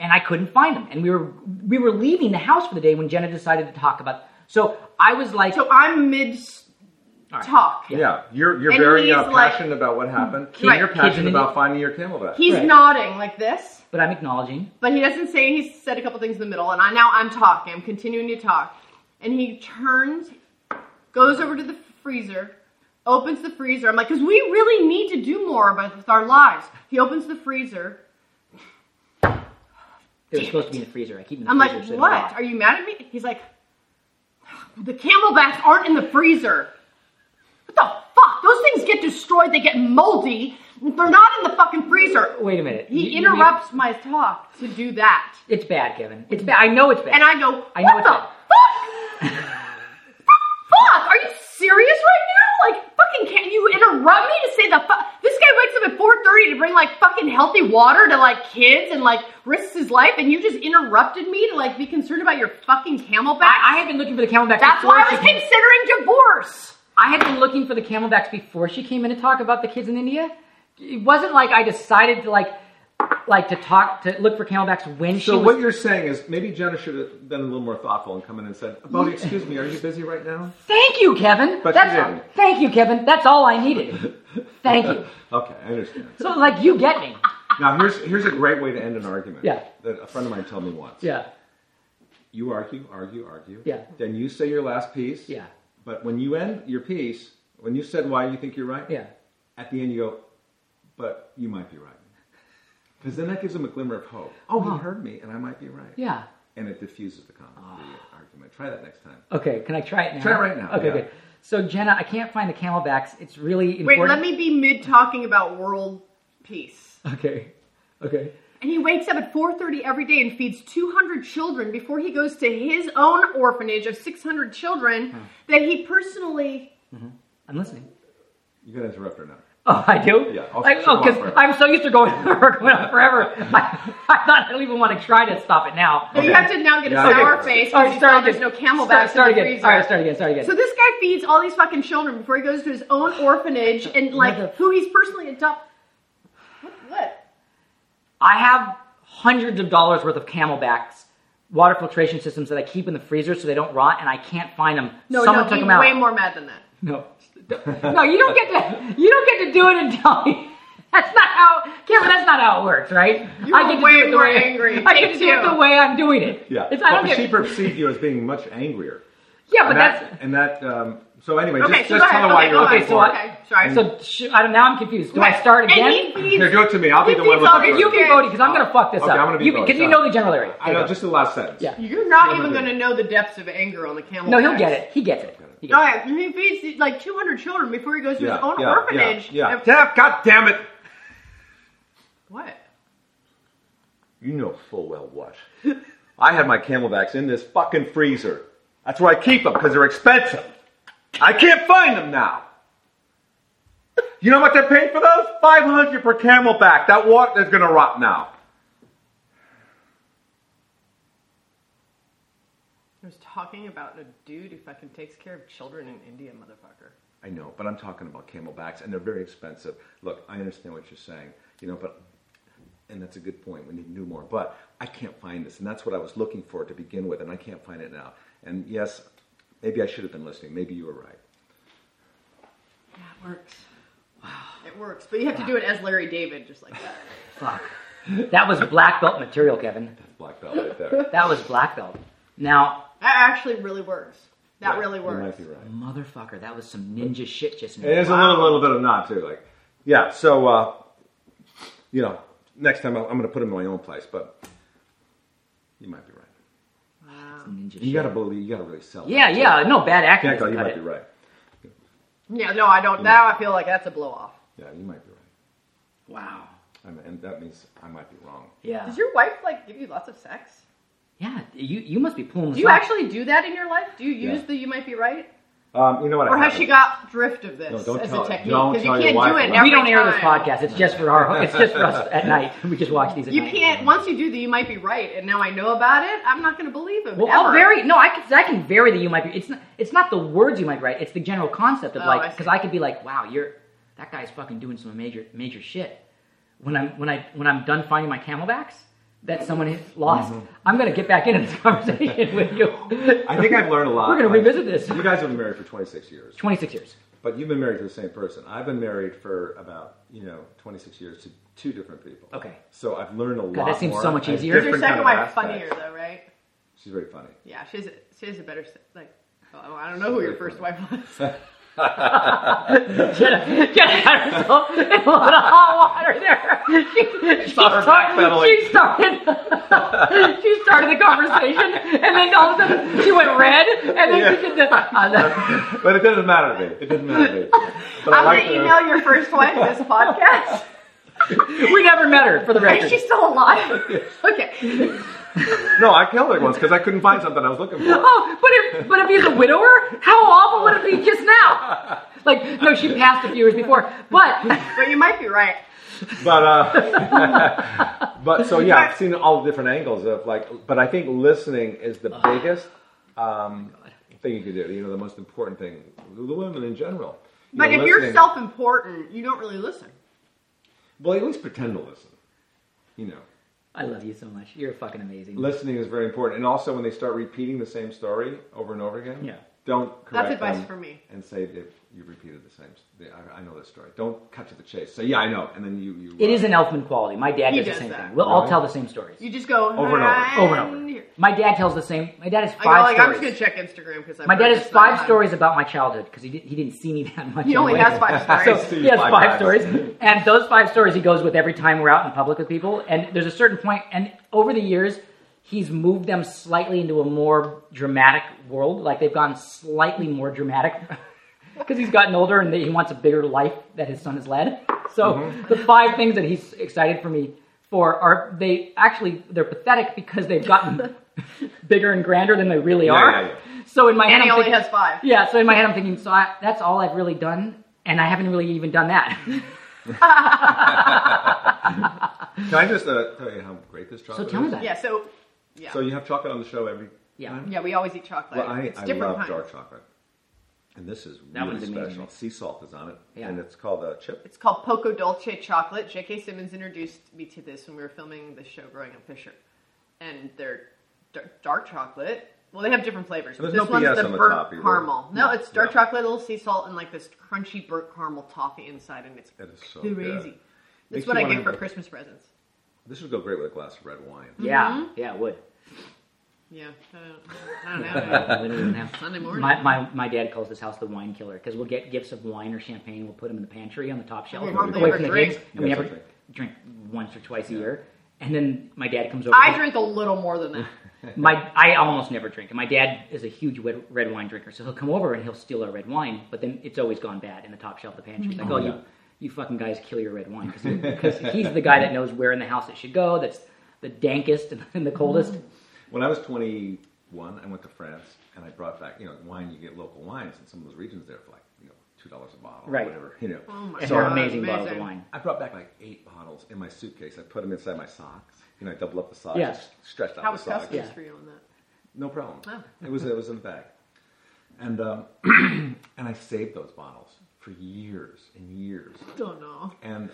Speaker 1: and I couldn't find them. And we were we were leaving the house for the day when Jenna decided to talk about. So I was like,
Speaker 2: So I'm mid s-
Speaker 1: All right.
Speaker 2: talk.
Speaker 3: Yeah, you're you're
Speaker 2: And
Speaker 3: very
Speaker 2: he's
Speaker 3: uh,
Speaker 2: like-
Speaker 3: passionate about what happened.
Speaker 1: Right.
Speaker 3: You're
Speaker 1: Kids in
Speaker 3: passionate
Speaker 1: India.
Speaker 3: about finding your camelback.
Speaker 2: He's
Speaker 1: Right.
Speaker 2: nodding like this,
Speaker 1: but I'm acknowledging.
Speaker 2: but he doesn't say. He said a couple things in the middle, and I now I'm talking. I'm continuing to talk, and he turns, goes over to the freezer, opens the freezer. I'm like, because we really need to do more about with our lives. He opens the freezer.
Speaker 1: It was supposed to be in the freezer. I keep it in the
Speaker 2: I'm
Speaker 1: freezer.
Speaker 2: like,
Speaker 1: so they don't
Speaker 2: what?
Speaker 1: rot."
Speaker 2: Are you mad at me? He's like, the camelbacks aren't in the freezer. What the fuck? Those things get destroyed. They get moldy. They're not in the fucking freezer.
Speaker 1: Wait a minute.
Speaker 2: He
Speaker 1: You- you mean-
Speaker 2: interrupts my talk to do that,
Speaker 1: It's bad, Kevin. It's bad. I know it's bad.
Speaker 2: and I go,
Speaker 1: I
Speaker 2: I
Speaker 1: know
Speaker 2: know
Speaker 1: it's
Speaker 2: what the
Speaker 1: bad.
Speaker 2: fuck? fuck? Are you serious right now? Like, fucking, can you interrupt me to say the fuck? This guy wakes up at 4:30 to bring like fucking healthy water to like kids and like risks his life, and you just interrupted me to like be concerned about your fucking camelback.
Speaker 1: I, I had been looking for the Camelbacks.
Speaker 2: That's
Speaker 1: before
Speaker 2: why I
Speaker 1: she
Speaker 2: was
Speaker 1: came-
Speaker 2: considering divorce.
Speaker 1: I had been looking for the Camelbacks before she came in to talk about the kids in India. It wasn't like I decided to like, like to talk to look for Camelbacks when she
Speaker 3: so
Speaker 1: was.
Speaker 3: what you're saying is maybe Jenna should have been a little more thoughtful and come in and said, "Bodhi, excuse me, are you busy right now?"
Speaker 1: Thank you, Kevin.
Speaker 3: But she
Speaker 1: That's
Speaker 3: didn't.
Speaker 1: thank you, Kevin. That's all I needed. Thank you.
Speaker 3: Okay, I understand.
Speaker 1: So like you get me.
Speaker 3: Now here's here's a great way to end an argument.
Speaker 1: Yeah.
Speaker 3: That a friend of mine told me once.
Speaker 1: Yeah.
Speaker 3: You argue, argue, argue.
Speaker 1: Yeah.
Speaker 3: Then you say your last piece.
Speaker 1: Yeah.
Speaker 3: But when you end your piece, when you said why you think you're right,
Speaker 1: Yeah.
Speaker 3: at the end you go, but you might be right. Because then that gives them a glimmer of hope. Oh, he heard me, and I might be right.
Speaker 1: Yeah. Ah.
Speaker 3: And it diffuses the, con- the argument. Try that next time.
Speaker 1: Okay. Can I try it now?
Speaker 3: Try it right now,
Speaker 1: Okay.
Speaker 3: yeah.
Speaker 1: Good. So Jenna, I can't find the Camelbacks. It's really
Speaker 2: Wait,
Speaker 1: important.
Speaker 2: let me be mid talking about world peace.
Speaker 1: Okay. Okay.
Speaker 2: And he wakes up at 4:30 every day and feeds 200 children before he goes to his own orphanage of 600 children
Speaker 3: Hmm.
Speaker 2: that he personally.
Speaker 1: I'm listening.
Speaker 3: You gotta interrupt her now.
Speaker 1: Oh, I do.
Speaker 3: Yeah, I'll-
Speaker 1: Like,
Speaker 3: she'll
Speaker 1: oh,
Speaker 3: go on
Speaker 1: because
Speaker 3: forever.
Speaker 1: I'm so used to going going on forever. I, I thought I don't even want to try to stop it now. Oh,
Speaker 2: So you have to now get a
Speaker 3: Yeah, okay.
Speaker 2: sour face because you found there's no
Speaker 1: Start,
Speaker 2: camelbacks
Speaker 1: start
Speaker 2: in the
Speaker 1: again.
Speaker 2: freezer.
Speaker 1: All right, start again. Start again.
Speaker 2: So this guy feeds all these fucking children before he goes to his own orphanage and
Speaker 1: Mother-
Speaker 2: like who he's personally adopted. What? what?
Speaker 1: I have hundreds of dollars worth of Camelbacks water filtration systems that I keep in the freezer so they don't rot, and I can't find them.
Speaker 2: No,
Speaker 1: Someone
Speaker 2: no,
Speaker 1: took
Speaker 2: he's
Speaker 1: them out.
Speaker 2: way more mad than that.
Speaker 1: No, no, you don't get to. You don't get to do it and tell me. That's not how, Cameron. That's not how it works, right?
Speaker 2: You
Speaker 1: I
Speaker 2: were
Speaker 1: get to
Speaker 2: way
Speaker 1: do it the
Speaker 2: more
Speaker 1: way
Speaker 2: angry.
Speaker 1: I get
Speaker 2: Take
Speaker 1: to do it
Speaker 2: two.
Speaker 1: the way I'm doing it.
Speaker 3: Yeah.
Speaker 1: It's, I don't
Speaker 3: but
Speaker 1: get.
Speaker 3: she perceived you as being much angrier.
Speaker 1: Yeah, but
Speaker 3: and
Speaker 1: that's
Speaker 3: that, and that. Um, so anyway,
Speaker 2: Oh, Okay,
Speaker 3: just,
Speaker 2: so
Speaker 3: just
Speaker 2: go
Speaker 3: tell
Speaker 2: ahead.
Speaker 3: her why
Speaker 2: Okay,
Speaker 3: you're
Speaker 2: go
Speaker 3: looking
Speaker 2: ahead.
Speaker 3: for it.
Speaker 2: Okay, sorry.
Speaker 1: So sh- I don't, now I'm confused. Do I start
Speaker 2: And
Speaker 1: again?
Speaker 2: he feeds-
Speaker 3: Here, do it to me. I'll be
Speaker 2: he
Speaker 3: the one
Speaker 2: feeds
Speaker 3: with
Speaker 2: off
Speaker 3: the
Speaker 2: of
Speaker 3: first.
Speaker 1: you can Bodhi because I'm going to fuck this
Speaker 3: Okay,
Speaker 1: up.
Speaker 3: I'm gonna be
Speaker 1: you,
Speaker 3: Bodhi,
Speaker 1: Because you
Speaker 3: sorry.
Speaker 1: know the general area.
Speaker 3: I know just the last sentence.
Speaker 1: Yeah.
Speaker 2: You're not
Speaker 3: Yeah,
Speaker 2: even
Speaker 3: but-
Speaker 2: going to know the depths of anger on the camel.
Speaker 1: No, he'll
Speaker 2: back.
Speaker 1: get it. He gets it. He gets
Speaker 2: Oh, yeah. He feeds like 200 children before he goes to
Speaker 3: Yeah,
Speaker 2: his own
Speaker 3: yeah,
Speaker 2: orphanage.
Speaker 3: Yeah, yeah.
Speaker 2: And-
Speaker 3: Damn, God damn it!
Speaker 2: What?
Speaker 3: You know full well what. I have my camelbacks in this fucking freezer. That's where I keep them because they're expensive. I can't find them now. You know what they're paying for those? Five hundred per camelback. That water is gonna rot now.
Speaker 2: I was talking about a dude who fucking takes care of children in India, motherfucker.
Speaker 3: I know, but I'm talking about camelbacks, and they're very expensive. Look, I understand what you're saying, you know, but and that's a good point. We need to do more, but I can't find this, and that's what I was looking for to begin with, and I can't find it now. And yes, maybe I should have been listening. Maybe you were right.
Speaker 2: That works. It works, but you have to do it as Larry David, just like that.
Speaker 1: it. That was black belt material, Kevin.
Speaker 3: Black belt right there.
Speaker 1: That was black belt. Now,
Speaker 2: That actually really works. That
Speaker 3: Yeah,
Speaker 2: really
Speaker 3: you
Speaker 2: works.
Speaker 3: might be right.
Speaker 1: motherfucker, that was some ninja shit just now.
Speaker 3: It is a little, little bit of not too, like, yeah. So, uh, you know, next time I'm, I'm going to put him in my own place, but you might be right.
Speaker 2: Wow.
Speaker 1: Some ninja
Speaker 3: You
Speaker 1: shit.
Speaker 3: got to believe. You got to really sell. it.
Speaker 1: Yeah, yeah. No bad acting.
Speaker 3: Kanko,
Speaker 1: doesn't
Speaker 3: you
Speaker 1: cut
Speaker 3: might
Speaker 1: it.
Speaker 3: be right.
Speaker 2: Yeah, no, I don't. Now I feel like that's a blow off.
Speaker 3: Yeah, you might be right.
Speaker 1: Wow.
Speaker 3: I mean, and that means I might be wrong.
Speaker 1: Yeah.
Speaker 2: Does your wife like give you lots of sex?
Speaker 1: Yeah. You you must be pulling.
Speaker 2: Do
Speaker 1: this
Speaker 2: you
Speaker 1: off.
Speaker 2: actually do that in your life? Do you use
Speaker 3: Yeah.
Speaker 2: the "you might be right"
Speaker 3: Um, you know what?
Speaker 2: or
Speaker 3: I
Speaker 2: has
Speaker 3: haven't-
Speaker 2: she got drift of this
Speaker 3: No, don't
Speaker 2: as
Speaker 3: tell
Speaker 2: a
Speaker 3: her.
Speaker 2: technique?
Speaker 3: Don't
Speaker 2: Because you
Speaker 3: tell your
Speaker 2: can't do
Speaker 3: wife
Speaker 2: it.
Speaker 3: about
Speaker 2: Every
Speaker 1: We don't air this
Speaker 2: time.
Speaker 1: podcast. It's just for our. It's just for us at night. We just watch these. At
Speaker 2: You
Speaker 1: night.
Speaker 2: can't. Once you do the "you might be right" and now I know about it, I'm not going to believe him.
Speaker 1: Well,
Speaker 2: ever.
Speaker 1: I'll vary. No, I can. I can vary the you might be. It's not. It's not the words you might write. It's the general concept of
Speaker 2: Oh, I
Speaker 1: like.
Speaker 2: see.
Speaker 1: Because I could be like, wow, you're that guy's fucking doing some major major shit. When I'm when I when I'm done finding my camelbacks that someone has lost, I'm gonna get back into this conversation with you.
Speaker 3: Mm-hmm. I think I've learned a lot.
Speaker 1: We're gonna
Speaker 3: Like,
Speaker 1: revisit this.
Speaker 3: You guys have been married for 26 years,
Speaker 1: 26 years.
Speaker 3: but you've been married to the same person. I've been married for about you know 26 years to two different people.
Speaker 1: Okay.
Speaker 3: So I've learned a lot.
Speaker 1: that seems
Speaker 3: more.
Speaker 1: so much
Speaker 3: I have
Speaker 1: easier.
Speaker 2: Is your
Speaker 3: different
Speaker 2: second
Speaker 3: kind of
Speaker 2: wife funnier
Speaker 3: aspects.
Speaker 2: though, right?
Speaker 3: She's very funny.
Speaker 2: Yeah, she has. A, she has a better se- like. Oh, I don't know who your
Speaker 3: Very
Speaker 2: first
Speaker 3: funny.
Speaker 2: wife was.
Speaker 1: Jenna, Jenna had herself in a lot of hot water there. She, she,
Speaker 3: Saw her
Speaker 1: started,
Speaker 3: backpedaling.
Speaker 1: she started. She started the conversation, and then all of a sudden she went red, and then she did the. uh, the-
Speaker 3: But it doesn't matter to me. It doesn't matter to me. But I
Speaker 2: I'm
Speaker 3: like
Speaker 2: going to email your first wife this podcast.
Speaker 1: we never met her for the record.
Speaker 2: Is she still alive? Okay.
Speaker 3: No, I killed her once because I couldn't find something I was looking for.
Speaker 1: oh, but if but if he's a widower, how awful would it be just now? Like, no, she passed a few years before, but
Speaker 2: But you might be right.
Speaker 3: But uh, but so yeah, I've seen all the different angles of like. But I think listening is the biggest um, thing you can do. You know, the most important thing. The women in general. You
Speaker 2: But
Speaker 3: know,
Speaker 2: if you're
Speaker 3: listening-
Speaker 2: self-important, you don't really listen.
Speaker 3: well, at least pretend to listen. You know,
Speaker 1: I love you so much. You're fucking amazing.
Speaker 3: listening is very important. And also, when they start repeating the same story over and over again,
Speaker 1: Yeah.
Speaker 3: don't correct
Speaker 2: advice
Speaker 3: them
Speaker 2: for me.
Speaker 3: And say that you repeated the same. s- I, I know this story. Don't cut to the chase. Say yeah, I know, and then you you.
Speaker 1: It
Speaker 3: uh,
Speaker 1: is an Elfman quality. My dad
Speaker 2: He
Speaker 1: does the
Speaker 2: does
Speaker 1: same
Speaker 2: that.
Speaker 1: thing. We'll all
Speaker 3: Really?
Speaker 1: tell the same stories.
Speaker 2: You just go
Speaker 3: Over and over.
Speaker 1: over and over.
Speaker 2: "Here."
Speaker 1: My dad tells the same. My dad is
Speaker 2: I
Speaker 1: five
Speaker 2: go like, I'm
Speaker 1: stories.
Speaker 2: just going to check Instagram because
Speaker 1: my dad has five stories about my childhood because he, did, he didn't see me that much.
Speaker 2: He only
Speaker 1: anyway.
Speaker 2: has five stories.
Speaker 1: So
Speaker 3: See
Speaker 1: he
Speaker 3: you
Speaker 1: has
Speaker 3: five
Speaker 1: five,
Speaker 3: times.
Speaker 1: stories, and those five stories he goes with every time we're out in public with people. And there's a certain point, and over the years, he's moved them slightly into a more dramatic world. Like they've gone slightly more dramatic because he's gotten older and he wants a bigger life that his son has led. So the five things that he's excited for me for are they actually they're pathetic because they've gotten bigger and grander than they really
Speaker 3: Yeah,
Speaker 1: are.
Speaker 3: yeah, yeah.
Speaker 1: So in my head,
Speaker 2: And he
Speaker 1: I'm
Speaker 2: only has
Speaker 1: thinking-
Speaker 2: five.
Speaker 1: yeah, so in my head, I'm thinking, so I, that's all I've really done, and I haven't really even done that.
Speaker 3: Can I just uh, tell you how great this
Speaker 1: so
Speaker 3: chocolate
Speaker 1: tell me
Speaker 3: is?
Speaker 1: that.
Speaker 2: Yeah, so, yeah.
Speaker 3: So you have chocolate on the show every.
Speaker 1: Yeah.
Speaker 3: time?
Speaker 2: yeah, we always eat chocolate.
Speaker 3: Well, I,
Speaker 2: it's
Speaker 3: I
Speaker 2: different
Speaker 3: love
Speaker 2: kinds.
Speaker 3: dark chocolate, and this is
Speaker 1: That
Speaker 3: really
Speaker 1: one's
Speaker 3: special.
Speaker 1: amazing.
Speaker 3: Sea salt is on it,
Speaker 1: Yeah.
Speaker 3: and it's called a chip.
Speaker 2: It's called Poco Dolce chocolate. J.K. Simmons introduced me to this when we were filming the show Growing Up Fisher, and they're dar- dark chocolate. Well, they have different flavors.
Speaker 3: And
Speaker 2: But
Speaker 3: there's
Speaker 2: this
Speaker 3: no
Speaker 2: one's
Speaker 3: BS
Speaker 2: the
Speaker 3: on the
Speaker 2: burnt
Speaker 3: top either.
Speaker 2: caramel. No, it's dark
Speaker 3: Yeah.
Speaker 2: chocolate, a little sea salt, and like this crunchy burnt caramel toffee inside, and it's
Speaker 3: That is so
Speaker 2: crazy.
Speaker 3: good.
Speaker 2: That's
Speaker 3: Makes
Speaker 2: what
Speaker 3: you
Speaker 2: I
Speaker 3: wanna
Speaker 2: get for
Speaker 3: make-
Speaker 2: Christmas presents. Mm-hmm.
Speaker 3: This would go great with a glass of red wine.
Speaker 1: Yeah, yeah, it would.
Speaker 2: Yeah, I don't, I don't have any.
Speaker 1: We don't even have-
Speaker 2: Sunday morning.
Speaker 1: My, my, my dad calls this house the wine killer because we'll get gifts of wine or champagne. We'll put them in the pantry on the top shelf,
Speaker 2: We hardly
Speaker 1: away
Speaker 2: ever
Speaker 1: from the
Speaker 2: drink.
Speaker 1: kids, and we
Speaker 3: Yes,
Speaker 1: never
Speaker 3: okay.
Speaker 1: drink once or twice a year. And then my dad comes over.
Speaker 2: I drink a little more than that.
Speaker 1: My I almost never drink, and my dad is a huge red, red wine drinker, so he'll come over and he'll steal our red wine. But then it's always gone bad in the top shelf of the pantry. He's Like, oh, you you fucking guys kill your red wine because he's the guy that knows where in the house it should go. That's the dankest and, the coldest.
Speaker 3: When I was 21, I went to France and I brought back, you know, wine, you get local wines in some of those regions there for like, you know, $2 a bottle
Speaker 1: Right.
Speaker 3: or whatever, you know.
Speaker 2: Oh my
Speaker 1: And
Speaker 2: So-
Speaker 1: they're
Speaker 2: God.
Speaker 1: amazing bottles of
Speaker 2: Amazing.
Speaker 1: wine.
Speaker 3: I brought back like eight bottles in my suitcase. I put them inside my socks. You know, I doubled up the socks,
Speaker 1: Yeah.
Speaker 3: just stretched out
Speaker 2: How
Speaker 3: the
Speaker 2: was
Speaker 3: socks.
Speaker 2: customs
Speaker 1: Yeah.
Speaker 2: for you on that?
Speaker 3: No problem.
Speaker 2: Oh.
Speaker 3: It was it was in the bag, and um, and I saved those bottles for years and years,
Speaker 2: Don't know.
Speaker 3: and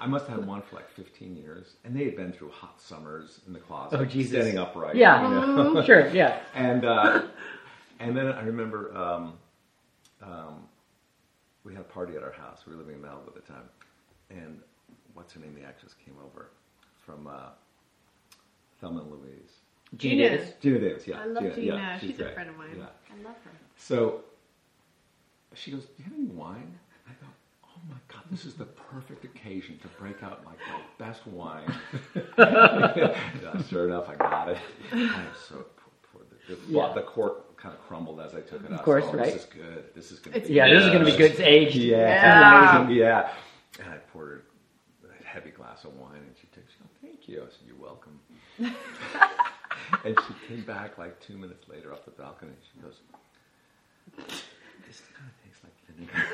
Speaker 3: I must have had one for like 15 years, and they had been through hot summers in the closet,
Speaker 1: Oh, Jesus.
Speaker 3: standing upright.
Speaker 1: Yeah.
Speaker 3: you know?
Speaker 1: Sure, yeah.
Speaker 3: and uh, and then I remember um, um, we had a party at our house. We were living in Malibu at the time, and what's her name? The actress came over from uh, Thelma and Louise.
Speaker 1: Gina
Speaker 2: Gina.
Speaker 1: Davis.
Speaker 3: Gina Davis, yeah.
Speaker 2: I love Gina.
Speaker 3: yeah,
Speaker 2: she's a
Speaker 3: great,
Speaker 2: friend of mine.
Speaker 3: Yeah.
Speaker 2: I love her.
Speaker 3: So she goes, "Do you have any wine?" I go, "Oh my god, this is the perfect occasion to break out like my best wine." Yeah, sure enough, I got it. I was so poor. The, the,
Speaker 1: Yeah.
Speaker 3: the cork kind of crumbled as I took it out. Of
Speaker 1: course,
Speaker 3: oh,
Speaker 1: right.
Speaker 3: This is good. This is gonna
Speaker 2: It's
Speaker 3: be
Speaker 1: Yeah, this is going to be
Speaker 3: good.
Speaker 1: good. It's aged.
Speaker 3: Yeah.
Speaker 1: Amazing.
Speaker 3: Yeah. And I poured her a heavy glass of wine and she takes, she goes, thank you. I said, you're welcome. and she came back like two minutes later off the balcony and she goes, this kind of tastes like vinegar.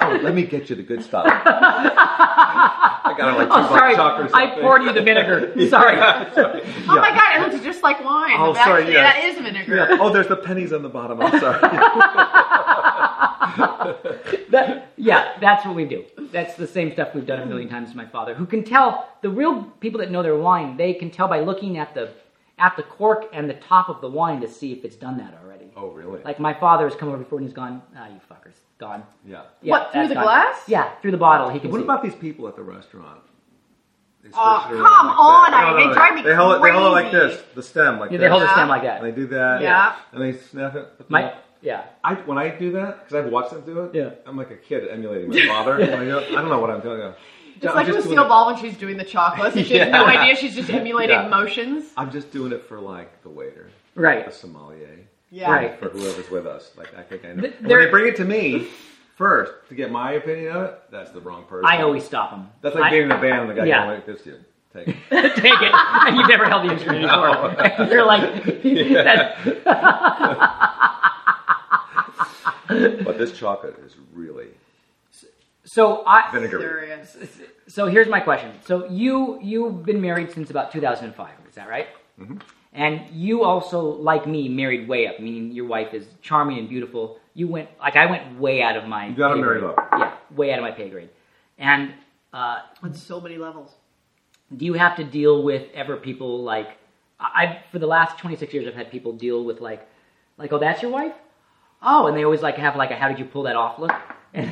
Speaker 3: oh, let me get you the good stuff. I got her like two
Speaker 1: Oh, sorry.
Speaker 3: buck chuck or
Speaker 1: I
Speaker 3: something.
Speaker 1: poured you the vinegar. Sorry.
Speaker 2: Oh my god, it looks just like wine.
Speaker 3: Oh,
Speaker 2: But actually,
Speaker 3: sorry, yeah.
Speaker 2: That is vinegar.
Speaker 3: Yeah. Oh, there's the pennies on the bottom. I'm sorry.
Speaker 1: That- yeah, that's what we do. That's the same stuff we've done a million times to my father, who can tell the real people that know their wine. They can tell by looking at the at the cork and the top of the wine to see if it's done that already.
Speaker 3: oh, really?
Speaker 1: Like my father has come over before and he's gone. Ah, you fuckers, gone.
Speaker 3: yeah.
Speaker 1: Yeah,
Speaker 2: What, through
Speaker 1: that's
Speaker 2: the
Speaker 1: gone.
Speaker 2: glass?
Speaker 1: Yeah, through the bottle. He can.
Speaker 3: What
Speaker 1: see.
Speaker 3: about these people at the restaurant? They
Speaker 2: Oh,
Speaker 3: switch it
Speaker 2: come
Speaker 3: around like
Speaker 2: on,
Speaker 3: that.
Speaker 2: I- they drive me
Speaker 3: they hold It, they hold it like
Speaker 2: crazy.
Speaker 3: this, the stem, like
Speaker 1: Yeah,
Speaker 3: this.
Speaker 1: they hold the
Speaker 2: Yeah.
Speaker 1: stem like
Speaker 3: And they
Speaker 1: that.
Speaker 3: do that.
Speaker 2: Yeah.
Speaker 3: And they snap it. But
Speaker 1: My
Speaker 3: then
Speaker 1: yeah.
Speaker 3: I, when I do that, because I've watched them do it,
Speaker 1: Yeah.
Speaker 3: I'm like a kid emulating my father. And I, go, I don't know what I'm doing. I go,
Speaker 2: It's
Speaker 3: I'm
Speaker 2: like
Speaker 3: just doing
Speaker 2: Lucille
Speaker 3: it-
Speaker 2: Ball when she's doing the chocolates and she has no
Speaker 3: Yeah.
Speaker 2: idea she's just emulating
Speaker 3: Yeah.
Speaker 2: motions.
Speaker 3: I'm just doing it for like the waiter, the
Speaker 1: Right.
Speaker 3: sommelier,
Speaker 2: Yeah.
Speaker 1: Right.
Speaker 3: for whoever's with us. Like I think I know.
Speaker 1: Th-
Speaker 3: And when
Speaker 1: there-
Speaker 3: they bring it to me first to get my opinion of it, that's the wrong person.
Speaker 1: I always stop him.
Speaker 3: That's like
Speaker 1: I-
Speaker 3: being in a band. and The guy
Speaker 1: Yeah.
Speaker 3: going like this to you. Take it.
Speaker 1: take it, and you've never held the instrument before. And you're like, that's,
Speaker 3: But this chocolate is really
Speaker 1: so I.
Speaker 3: vinegary.
Speaker 2: Serious.
Speaker 1: So here's my question. So you you've been married since about 2005, is that right? Mm-hmm. And you also, like me, married way up. Meaning your wife is charming and beautiful. You went like I went way out of my. You
Speaker 3: got a married up.
Speaker 1: Yeah, way out of my pay grade. And uh,
Speaker 2: On so many levels.
Speaker 1: do you have to deal with ever people like I I've- for the last 26 years I've had people deal with like like oh that's your wife oh and they always like have like a how did you pull that off look and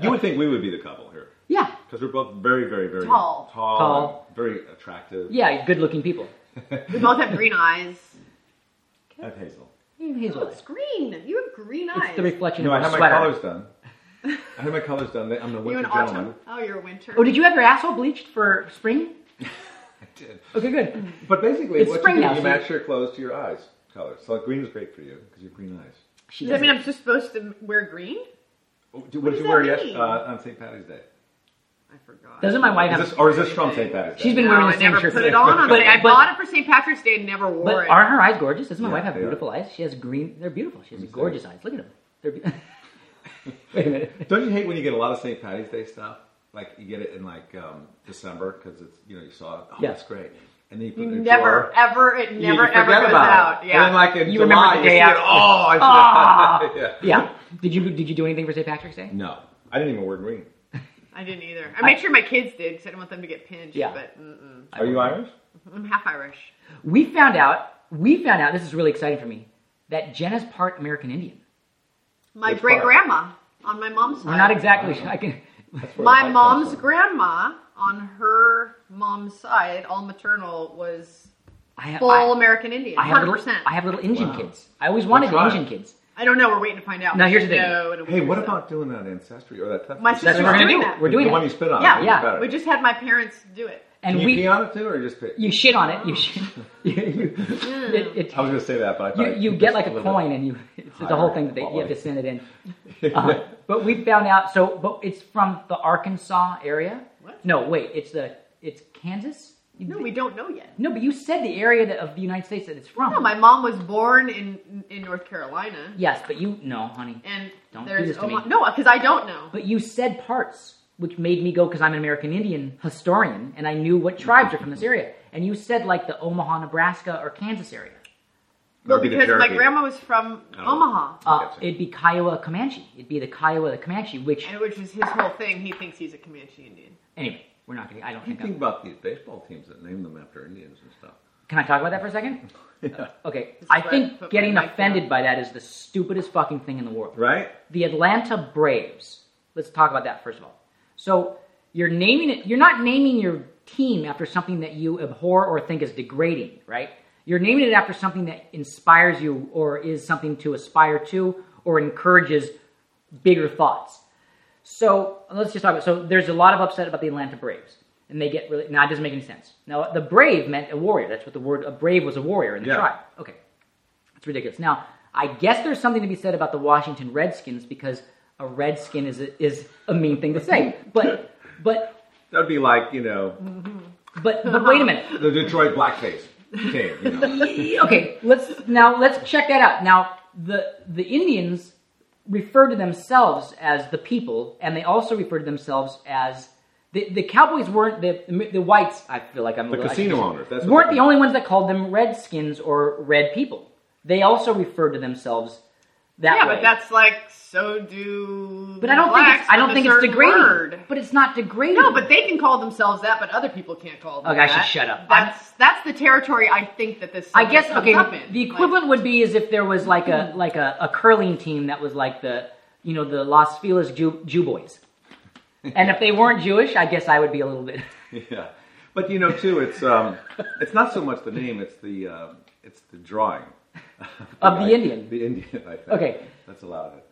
Speaker 3: You would think we would be the couple here
Speaker 1: yeah
Speaker 3: because we're both very, very, very
Speaker 2: Tall.
Speaker 3: tall,
Speaker 1: Tall.
Speaker 3: and very attractive.
Speaker 1: yeah good looking people
Speaker 2: We both have green eyes.
Speaker 3: I have Hazel.
Speaker 1: Hazel
Speaker 2: Oh, it's green. You have green eyes.
Speaker 1: it's the reflection
Speaker 3: No, I
Speaker 1: of
Speaker 3: have
Speaker 1: her
Speaker 3: my
Speaker 1: sweater
Speaker 3: colors done. I have my colors done. They- I'm a
Speaker 2: you
Speaker 3: winter
Speaker 2: an
Speaker 3: gentleman.
Speaker 2: autumn? Oh, you're a winter.
Speaker 1: oh did you have your asshole bleached for spring Mm.
Speaker 3: I did.
Speaker 1: okay good
Speaker 3: But basically,
Speaker 1: It's
Speaker 3: what
Speaker 1: spring
Speaker 3: you do,
Speaker 1: now,
Speaker 3: you
Speaker 1: so-
Speaker 3: match your clothes to your eyes color. So like, green is great for you because you have green eyes.
Speaker 1: she
Speaker 2: Does that mean
Speaker 1: doesn't-
Speaker 2: I'm just supposed to wear green?
Speaker 3: Oh, do-
Speaker 2: What
Speaker 3: What, did
Speaker 2: does
Speaker 3: you wear
Speaker 2: that
Speaker 3: yes
Speaker 2: mean?
Speaker 3: uh, on St. Patty's Day?
Speaker 2: I forgot.
Speaker 1: doesn't my wife
Speaker 3: Is
Speaker 1: have
Speaker 3: this, or is this from St. Patty's Day?
Speaker 1: She's been
Speaker 2: No,
Speaker 1: wearing
Speaker 2: I
Speaker 1: the same
Speaker 2: never
Speaker 1: shirt
Speaker 2: put it
Speaker 1: since-
Speaker 2: on. I'm
Speaker 1: But-
Speaker 2: like, I
Speaker 1: but-
Speaker 2: bought it for St. Patrick's Day and never wore
Speaker 1: but
Speaker 2: it.
Speaker 1: aren't her eyes gorgeous doesn't my
Speaker 3: Yeah,
Speaker 1: wife have
Speaker 3: they are.
Speaker 1: beautiful eyes she has green they're beautiful she has
Speaker 3: me see.
Speaker 1: gorgeous eyes look at them they're be- wait a minute
Speaker 3: Don't you hate when you get a lot of St. Patty's Day stuff? Like you get it in like um, December because it's you know you saw it. Oh,
Speaker 1: Yeah.
Speaker 3: that's great. And then you put
Speaker 2: You
Speaker 3: it in your
Speaker 2: never,
Speaker 3: drawer.
Speaker 2: ever, it
Speaker 3: You- you
Speaker 2: never, ever
Speaker 3: forget
Speaker 2: goes
Speaker 3: about
Speaker 2: out.
Speaker 3: It.
Speaker 2: Yeah.
Speaker 3: And then, like in
Speaker 1: You remember
Speaker 3: July,
Speaker 1: the day
Speaker 3: you see
Speaker 1: after.
Speaker 3: it. Oh, I
Speaker 1: Ah!
Speaker 3: should have.
Speaker 1: yeah did you did you do anything for St Patrick's Day
Speaker 3: No, I didn't even wear green.
Speaker 2: I didn't either. I made sure my kids did because I didn't want them to get pinched.
Speaker 1: Yeah.
Speaker 2: But mm-mm.
Speaker 3: Are you Irish?
Speaker 2: I'm half Irish.
Speaker 1: we found out we found out this is really exciting for me that jenna's part american indian
Speaker 2: My
Speaker 3: Which
Speaker 2: great
Speaker 3: part?
Speaker 2: grandma on my mom's side.
Speaker 1: we're not exactly i can
Speaker 3: That's where the
Speaker 2: my
Speaker 3: light comes
Speaker 2: mom's
Speaker 3: from.
Speaker 2: grandma on her mom's side, all maternal, was
Speaker 1: I have,
Speaker 2: full
Speaker 1: I,
Speaker 2: American Indian.
Speaker 1: I have
Speaker 2: Hundred
Speaker 1: little,
Speaker 2: percent.
Speaker 1: I have little Indian
Speaker 3: Wow.
Speaker 1: kids. I always wanted
Speaker 3: That's right.
Speaker 1: Indian kids.
Speaker 2: I don't know. We're waiting to find out.
Speaker 1: Now, here's the thing.
Speaker 2: No, it'll be
Speaker 3: Hey, what
Speaker 2: so.
Speaker 3: about doing that ancestry or that?
Speaker 2: My
Speaker 1: That's
Speaker 2: sister's
Speaker 1: what we're gonna
Speaker 2: doing
Speaker 1: do.
Speaker 2: that.
Speaker 1: We're doing
Speaker 3: the
Speaker 1: it.
Speaker 3: one you spit on.
Speaker 2: Yeah,
Speaker 3: would be
Speaker 1: yeah.
Speaker 3: better.
Speaker 2: We just had my parents do it.
Speaker 1: And
Speaker 3: Can you
Speaker 1: we,
Speaker 3: pee on it too, or just pee?
Speaker 1: you shit on it. You shit. You, you, it, it,
Speaker 3: I was going to say that, but I
Speaker 1: you,
Speaker 3: thought
Speaker 1: you
Speaker 3: just
Speaker 1: get like a
Speaker 3: little
Speaker 1: coin and you it's the whole thing that they, you have
Speaker 3: quality.
Speaker 1: to send it in. Uh, but we found out so but it's from the Arkansas area.
Speaker 2: What?
Speaker 1: No, wait, it's the it's Kansas.
Speaker 2: No, we don't know yet.
Speaker 1: No, but you said the area that, of the United States that it's from.
Speaker 2: No, my mom was born in in North Carolina,
Speaker 1: yes, but you no, honey.
Speaker 2: and
Speaker 1: Don't do
Speaker 2: there's
Speaker 1: this to
Speaker 2: Oma-
Speaker 1: me.
Speaker 2: no, because I don't know.
Speaker 1: But you said parts, which made me go because I'm an American Indian historian and I knew what tribes are from this area. And you said like the Omaha, Nebraska, or Kansas area.
Speaker 3: Or
Speaker 2: Well,
Speaker 3: be the
Speaker 2: because my
Speaker 3: Cherokee.
Speaker 2: grandma was from
Speaker 3: Oh.
Speaker 2: Omaha,
Speaker 1: Uh,
Speaker 3: Gotcha.
Speaker 1: it'd be Kiowa Comanche. It'd be the Kiowa the Comanche, which
Speaker 2: and which is his whole thing. He thinks he's a Comanche Indian.
Speaker 1: anyway, we're not gonna I don't
Speaker 3: You
Speaker 1: think that
Speaker 3: think about these baseball teams that name them after Indians and stuff.
Speaker 1: Can I talk about that for a second? Uh,
Speaker 3: Yeah.
Speaker 1: Okay.
Speaker 2: This is where
Speaker 1: I
Speaker 2: I put my
Speaker 1: think getting
Speaker 2: mic
Speaker 1: offended
Speaker 2: down.
Speaker 1: by that is the stupidest fucking thing in the world.
Speaker 3: Right?
Speaker 1: The Atlanta Braves. Let's talk about that first of all. So you're naming it. You're not naming your team after something that you abhor or think is degrading, right? You're naming it after something that inspires you or is something to aspire to or encourages bigger thoughts. So let's just talk about. So there's a lot of upset about the Atlanta Braves, and they get really. Now it doesn't make any sense. Now the brave meant a warrior. That's what the word a brave was a warrior in the
Speaker 3: Yeah.
Speaker 1: tribe. Okay, it's ridiculous. Now I guess there's something to be said about the Washington Redskins because a redskin is a, is a mean thing to say. But but
Speaker 3: That would be like, you know,
Speaker 1: but but wait a minute.
Speaker 3: the Detroit Blackface team. You know.
Speaker 1: okay, let's now let's check that out. Now the the Indians refer to themselves as the people, and they also refer to themselves as the, the Cowboys weren't the the whites. I feel like I'm
Speaker 3: The casino owners. That's what
Speaker 1: weren't
Speaker 3: they-
Speaker 1: the only ones that called them Redskins or Red people. They also referred to themselves that
Speaker 2: yeah,
Speaker 1: way.
Speaker 2: but that's like so do.
Speaker 1: but I don't think
Speaker 2: blacks
Speaker 1: it's, I don't
Speaker 2: with a
Speaker 1: think it's
Speaker 2: certain
Speaker 1: degrading.
Speaker 2: word.
Speaker 1: But it's not degrading.
Speaker 2: No, but they can call themselves that, but other people can't call them.
Speaker 1: Okay, I should
Speaker 2: that.
Speaker 1: shut up.
Speaker 2: That's that's the territory I think that this.
Speaker 1: I guess
Speaker 2: subject comes
Speaker 1: okay.
Speaker 2: up in.
Speaker 1: The
Speaker 2: Like,
Speaker 1: equivalent would be as if there was like a like a, a curling team that was like the you know the Los Feliz Jew, Jew boys, and if they weren't Jewish, I guess I would be a little bit.
Speaker 3: yeah. But you know, too, it's um, it's not so much the name; it's the um, it's the drawing
Speaker 1: Of the Indian.
Speaker 3: The Indian, I think.
Speaker 1: Okay.
Speaker 3: that's allowed. It.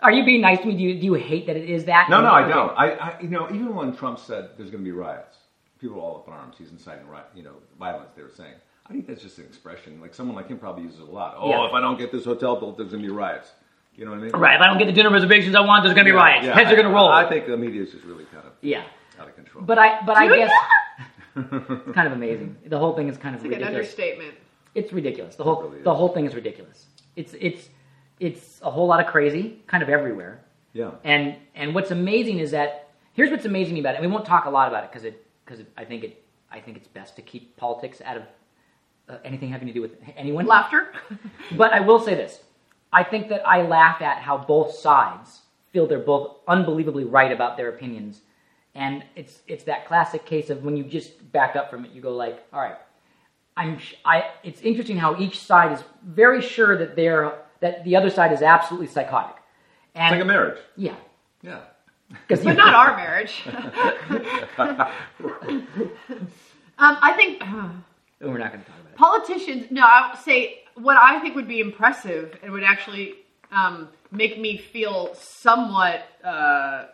Speaker 1: Are you being nice to me? Do you, do you hate that it is that?
Speaker 3: No, no, I
Speaker 1: Okay.
Speaker 3: don't. I, I, you know, even when Trump said there's going to be riots, people are all up in arms. He's inciting, riot, you know, violence. They were saying. I think that's just an expression. Like someone like him probably uses it a lot. Oh,
Speaker 1: Yeah.
Speaker 3: if I don't get this hotel built, there's going to be riots. You know what I mean?
Speaker 1: Right. If I don't get the dinner reservations I want, there's gonna be
Speaker 3: Yeah,
Speaker 1: riots.
Speaker 3: yeah.
Speaker 1: Heads are gonna roll.
Speaker 3: I think the media is just really kind of
Speaker 1: yeah.
Speaker 3: out of control.
Speaker 1: But I but I
Speaker 2: Dude,
Speaker 1: guess
Speaker 2: yeah.
Speaker 1: it's kind of amazing. The whole thing is kind of
Speaker 2: It's like an
Speaker 1: ridiculous.
Speaker 2: understatement.
Speaker 1: It's ridiculous. The whole
Speaker 3: really
Speaker 1: the
Speaker 3: is.
Speaker 1: whole thing is ridiculous. It's it's it's a whole lot of crazy, kind of everywhere.
Speaker 3: yeah,
Speaker 1: And and what's amazing is that here's what's amazing about it. And we won't talk a lot about it because it because it, I think it I think it's best to keep politics out of uh, anything having to do with anyone.
Speaker 2: Laughter.
Speaker 1: But I will say this: I think that I laugh at how both sides feel they're both unbelievably right about their opinions, and it's it's that classic case of when you just back up from it, you go like, all right, I'm sh- I. It's interesting how each side is very sure that they're that the other side is absolutely psychotic,
Speaker 3: it's
Speaker 1: and
Speaker 3: like a marriage.
Speaker 1: yeah,
Speaker 3: Yeah,
Speaker 1: because
Speaker 2: but not our marriage. um, I think
Speaker 1: We're not going to talk about it.
Speaker 2: politicians. No, I would say what I think would be impressive and would actually um, make me feel somewhat uh,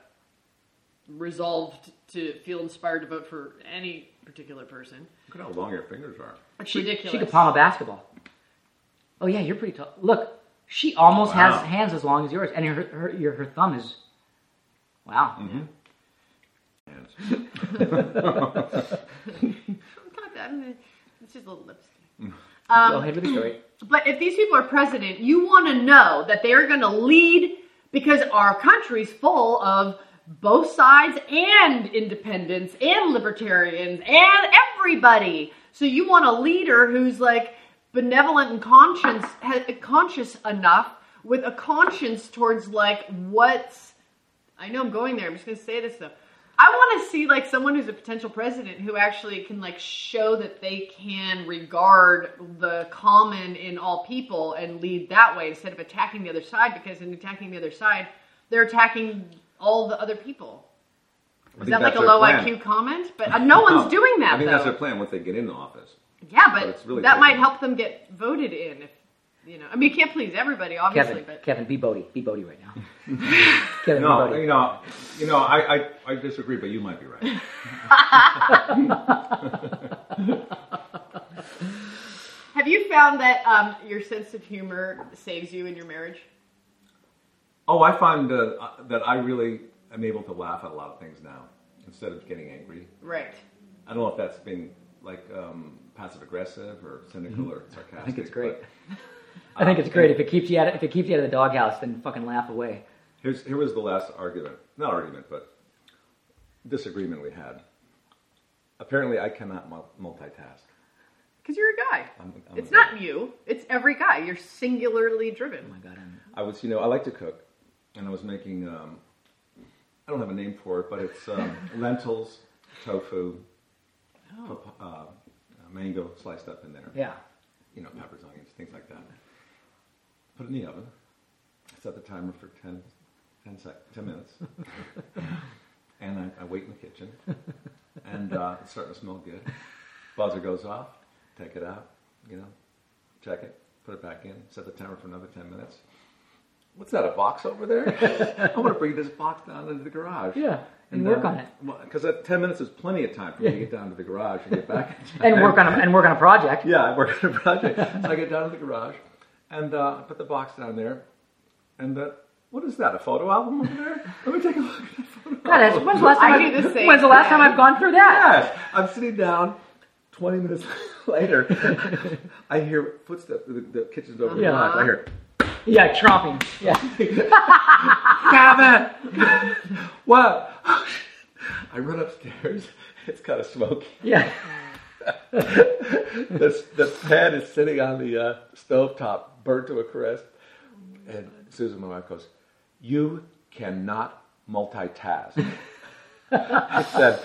Speaker 2: resolved to feel inspired to vote for any particular person.
Speaker 3: look at how long your fingers are.
Speaker 2: It's
Speaker 1: She,
Speaker 2: ridiculous.
Speaker 1: she could palm a basketball. Oh yeah, you're pretty tall. Look, she almost
Speaker 3: Wow.
Speaker 1: has hands as long as yours, and her her your, her thumb is. Wow.
Speaker 3: And-
Speaker 2: Not that- It's just a little lipstick.
Speaker 1: Go
Speaker 2: Um,
Speaker 1: ahead with the story.
Speaker 2: But if these people are president, you want to know that they're going to lead because our country's full of both sides and independents and libertarians and everybody. So you want a leader who's like benevolent and conscience ha- conscious enough with a conscience towards like what's I know I'm going there. I'm just going to say this though. I want to see like someone who's a potential president who actually can like show that they can regard the common in all people and lead that way instead of attacking the other side because in attacking the other side, they're attacking all the other people.
Speaker 3: I
Speaker 2: Is
Speaker 3: think
Speaker 2: that like
Speaker 3: that's
Speaker 2: a
Speaker 3: their
Speaker 2: low
Speaker 3: plan.
Speaker 2: IQ comment? But uh, no one's doing that.
Speaker 3: I think
Speaker 2: though.
Speaker 3: that's their plan once they get in the office.
Speaker 2: Yeah, but,
Speaker 3: But it's really
Speaker 2: that
Speaker 3: cool.
Speaker 2: might help them get voted in. If you know, I mean, you can't please everybody, obviously,
Speaker 1: Kevin,
Speaker 2: but
Speaker 1: Kevin, be Bodie, be Bodie right now. Kevin, be
Speaker 3: No,
Speaker 1: Bodie.
Speaker 3: you know, you know, I, I, I disagree, but you might be right.
Speaker 2: have you found that um, your sense of humor saves you in your marriage?
Speaker 3: Oh, I find uh, uh, that I really am able to laugh at a lot of things now instead of getting angry.
Speaker 2: Right.
Speaker 3: I don't know if that's being like um, passive aggressive or cynical or sarcastic.
Speaker 1: Mm-hmm. I think it's great. I think it's great if it keeps you out. Of, if it keeps you out of the doghouse, then fucking laugh away.
Speaker 3: Here's, here was the last argument. Not argument, but disagreement we had. Apparently, I cannot mul- multitask.
Speaker 2: Because you're a guy.
Speaker 3: I'm- I'm
Speaker 2: it's
Speaker 3: a guy.
Speaker 2: not you. It's every guy. You're singularly driven.
Speaker 1: Oh my god, I'm-
Speaker 3: I was, you know, I like to cook, and I was making, um, I don't have a name for it, but it's um, lentils, tofu,
Speaker 2: Oh.
Speaker 3: pap- uh, uh, mango sliced up in there.
Speaker 1: yeah.
Speaker 3: You know, peppers, onions, things like that. Put it in the oven. I set the timer for 10, 10, sec- 10 minutes. and I, I wait in the kitchen. And uh, it's starting to smell good. Buzzer goes off. Take it out. You know, check it. Put it back in. Set the timer for another 10 minutes. What's that, a box over there? I want to bring this box down into the garage.
Speaker 1: Yeah, and work on it.
Speaker 3: Because that 10 minutes is plenty of time for me to get down to the garage and get back.
Speaker 1: And work on a, and work on a project.
Speaker 3: Yeah, I work on a project. so I get down to the garage and uh, I put the box down there. And uh, what is that? A photo album over there? Let me take a look at that photo
Speaker 1: God, that's-
Speaker 3: album.
Speaker 1: when's the last
Speaker 2: I
Speaker 1: time
Speaker 2: do
Speaker 1: I've-
Speaker 2: the same
Speaker 1: When's the last time
Speaker 2: thing.
Speaker 1: I've gone through that?
Speaker 3: Yes, I'm sitting down. Twenty minutes later, I hear footsteps. The, the kitchen's over.
Speaker 1: Yeah.
Speaker 3: The garage. I hear.
Speaker 1: Yeah, tromping. Yeah,
Speaker 3: Gavin, what? I run upstairs. It's kind of smoky.
Speaker 1: yeah.
Speaker 3: the, the pan is sitting on the uh, stovetop, burnt to a crisp. And Susan, my wife, goes, You cannot multitask. I said,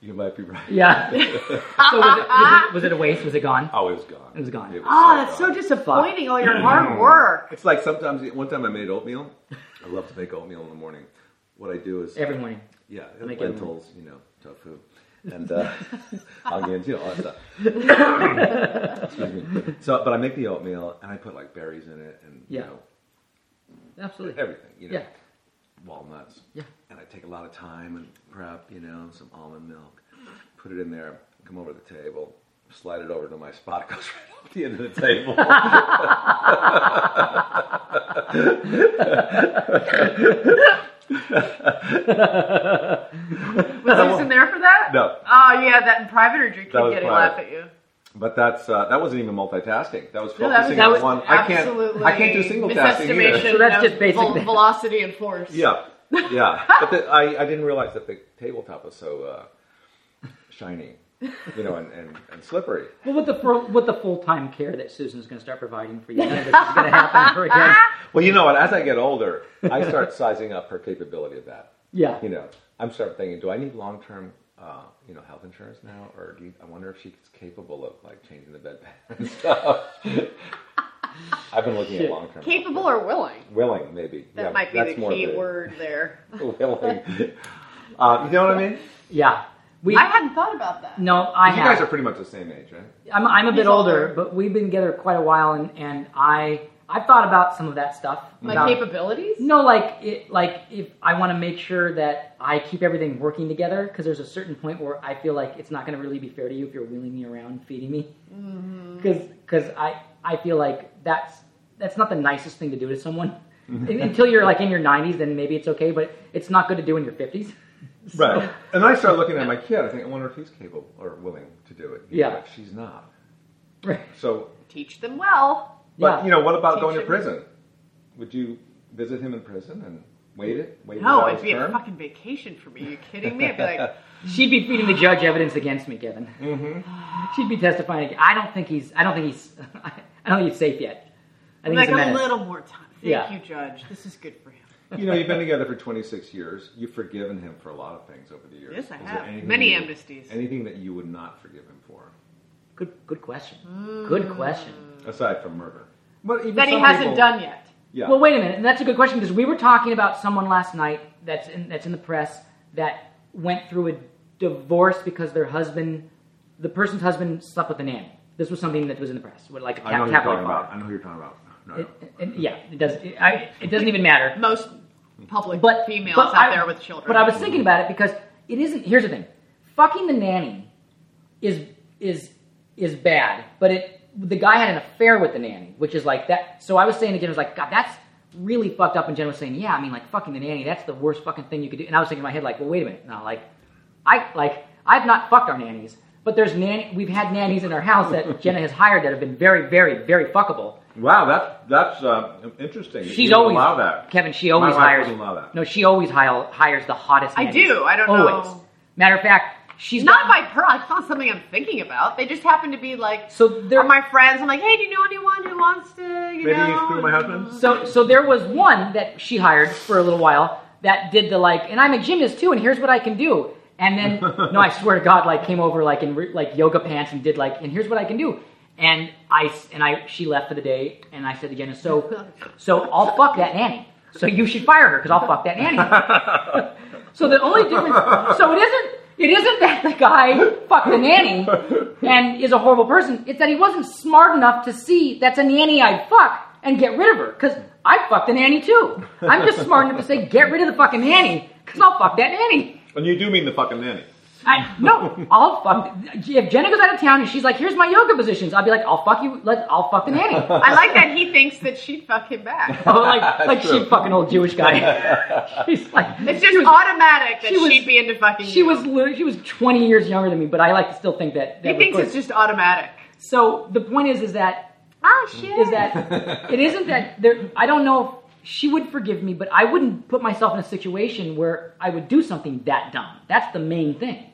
Speaker 3: You might be right.
Speaker 1: Yeah. so was it, was, it, was it a waste? Was it gone?
Speaker 3: Oh, it was gone.
Speaker 1: It was gone. Ah,
Speaker 2: Oh, that's
Speaker 3: gone.
Speaker 2: so disappointing. All your hard work.
Speaker 3: It's like sometimes, one time I made oatmeal. I love to make oatmeal in the morning. What I do is
Speaker 1: Every morning.
Speaker 3: Yeah,
Speaker 1: Make it
Speaker 3: lentils, you know, tofu, and uh, onions, you know, all that stuff. Excuse me. So, but I make the oatmeal and I put like berries in it and
Speaker 1: Yeah.
Speaker 3: you know
Speaker 1: Absolutely.
Speaker 3: everything, you know,
Speaker 1: Yeah.
Speaker 3: walnuts.
Speaker 1: Yeah.
Speaker 3: And I take a lot of time and prep, you know, some almond milk, put it in there, come over to the table, slide it over to my spot, it goes right off the end of the table.
Speaker 2: Was Susan there for that?
Speaker 3: no,
Speaker 2: Oh yeah, that in private or your kid
Speaker 3: That was
Speaker 2: getting
Speaker 3: private.
Speaker 2: laugh at you.
Speaker 3: But that's uh, that wasn't even multitasking. That was
Speaker 2: No, that was,
Speaker 3: focusing
Speaker 2: that was
Speaker 3: on one. I can't.
Speaker 2: absolutely
Speaker 3: I can't do single tasking either.
Speaker 2: misestimation
Speaker 1: So that's
Speaker 2: of
Speaker 1: just basic
Speaker 2: vel-
Speaker 1: math.
Speaker 2: velocity and force.
Speaker 3: Yeah, yeah. but the, I, I didn't realize that the tabletop was so uh, shiny, you know, and, and, and slippery.
Speaker 1: Well, with the full- with the full time care that Susan's going to start providing for you, none of this is going to happen ever again.
Speaker 3: Well, you know what? As I get older, I start sizing up her capability of that.
Speaker 1: Yeah.
Speaker 3: You know, I'm starting thinking, do I need long term, uh, you know, health insurance now, or do you, I wonder if she's capable of like changing the bed pad and stuff? I've been looking at long term.
Speaker 2: Capable or willing?
Speaker 3: Willing, maybe.
Speaker 2: That
Speaker 3: yeah,
Speaker 2: might be
Speaker 3: that's
Speaker 2: the
Speaker 3: more
Speaker 2: key
Speaker 3: the-
Speaker 2: word there.
Speaker 3: Willing. Uh, you know what I mean?
Speaker 1: Yeah. We.
Speaker 2: I hadn't thought about that.
Speaker 1: no, I
Speaker 3: You
Speaker 1: have.
Speaker 3: guys are pretty much the same age, right?
Speaker 1: I'm, I'm a bit
Speaker 2: He's
Speaker 1: older,
Speaker 2: older.
Speaker 1: but we've been together quite a while, and, and I I've thought about some of that stuff.
Speaker 2: My
Speaker 1: about-
Speaker 2: capabilities?
Speaker 1: No, like it, like if I want to make sure that I keep everything working together, because there's a certain point where I feel like it's not going to really be fair to you if you're wheeling me around, feeding me, because I I feel like that's that's not the nicest thing to do to someone. Un- Until you're like in your 90s, then maybe it's okay, but it's not good to do in your 50s.
Speaker 3: Right. And I start looking at my kid. I think, I wonder if he's capable or willing to do it. You know,
Speaker 1: Yeah.
Speaker 3: Like, she's not.
Speaker 1: Right.
Speaker 3: So,
Speaker 2: Teach them well.
Speaker 3: but
Speaker 1: Yeah.
Speaker 3: you know, what about going to
Speaker 2: Teaching.
Speaker 3: prison? Would you visit him in prison and wait it? Wait
Speaker 2: No,
Speaker 3: without
Speaker 2: it'd
Speaker 3: his
Speaker 2: be a
Speaker 3: term?
Speaker 2: fucking vacation for me. Are you kidding me? I'd be like,
Speaker 1: She'd be feeding the judge evidence against me, Kevin. Mm-hmm. She'd be testifying. ag- I don't think he's. I don't think he's. I don't think he's safe yet. I think
Speaker 2: like
Speaker 1: he's a
Speaker 2: a
Speaker 1: menace.
Speaker 2: little more time. Thank
Speaker 1: Yeah.
Speaker 2: you, Judge. This is good for him.
Speaker 3: You know, you've been together for 26 years. You've forgiven him for a lot of things over the years.
Speaker 2: Yes, I
Speaker 3: Is there
Speaker 2: have.
Speaker 3: anything
Speaker 2: Many
Speaker 3: you-
Speaker 2: amnesties.
Speaker 3: Anything that you would not forgive him for,
Speaker 1: Good. Good question. Good question.
Speaker 3: aside from murder? But even
Speaker 2: That he
Speaker 3: some
Speaker 2: hasn't
Speaker 3: people-
Speaker 2: done yet.
Speaker 3: Yeah.
Speaker 1: Well, wait a minute. And that's a good question because we were talking about someone last night that's in, that's in the press that went through a divorce because their husband, the person's husband, slept with a nanny. This was something that was in the press, with like a
Speaker 3: I know
Speaker 1: cat,
Speaker 3: who you're
Speaker 1: cat
Speaker 3: talking about. I know who you're talking about. No, no.
Speaker 1: yeah, it does. It, I, it doesn't even matter.
Speaker 2: Most public
Speaker 1: but
Speaker 2: females
Speaker 1: but
Speaker 2: out
Speaker 1: I-
Speaker 2: there with children.
Speaker 1: But I was thinking about it because it isn't. Here's the thing: fucking the nanny is is is bad. But it the guy had an affair with the nanny, which is like that. So I was saying to Jen, I was like, God, that's really fucked up. And Jen was saying, Yeah, I mean, like fucking the nanny, that's the worst fucking thing you could do. And I was thinking in my head, like, Well, wait a minute, no, like I like I've not fucked our nannies, but there's nanny. We've had nannies in our house that Jenna has hired that have been very, very, very fuckable.
Speaker 3: Wow, that's that's uh, interesting. that you
Speaker 1: She's
Speaker 3: would
Speaker 1: always
Speaker 3: allow that.
Speaker 1: Kevin. She always
Speaker 3: wife
Speaker 1: hires.
Speaker 3: doesn't allow that.
Speaker 1: No, she always hi- hires the hottest.
Speaker 2: I
Speaker 1: nannies.
Speaker 2: do. I don't know.
Speaker 1: always. Matter of fact, she's
Speaker 2: Not
Speaker 1: got-
Speaker 2: by per. It's not something I'm thinking about. They just happen to be like.
Speaker 1: So
Speaker 2: they're
Speaker 1: there,
Speaker 2: my friends. I'm like, hey, do you know anyone who wants to? You
Speaker 3: Maybe
Speaker 2: know?
Speaker 3: you screw my husband?
Speaker 1: so so there was one that she hired for a little while that did the like, and I'm a gymnast too, and here's what I can do. And then no, I swear to God, like came over like in re- like yoga pants and did like, and here's what I can do. And I s- and I she left for the day, and I said to Jenna, so so I'll fuck that nanny. So you should fire her because I'll fuck that nanny. So the only difference, so it isn't, it isn't that the guy fucked the nanny and is a horrible person. It's that he wasn't smart enough to see that's a nanny I'd fuck and get rid of her. Because I fucked the nanny too. I'm just smart enough to say get rid of the fucking nanny because I'll fuck that nanny.
Speaker 3: And you do mean the fucking nanny.
Speaker 1: I, no, I'll fuck. If Jenna goes out of town and she's like, "Here's my yoga positions," I'll be like, "I'll fuck you. Let I'll fuck the nanny."
Speaker 2: I like that he thinks that she'd fuck him back.
Speaker 1: Oh, like like she
Speaker 3: True.
Speaker 1: fucking old Jewish guy. she's like,
Speaker 2: It's
Speaker 1: she
Speaker 2: just
Speaker 1: was-
Speaker 2: automatic that
Speaker 1: she was-
Speaker 2: she'd be into fucking.
Speaker 1: She
Speaker 2: you.
Speaker 1: was li- she was 20 years younger than me, but I like to still think that. that
Speaker 2: He
Speaker 1: was
Speaker 2: thinks
Speaker 1: good.
Speaker 2: it's just automatic.
Speaker 1: so. The point is, is that
Speaker 2: Ah, shit.
Speaker 1: is that it isn't that there. I don't know. if She would forgive me, but I wouldn't put myself in a situation where I would do something that dumb. That's the main thing.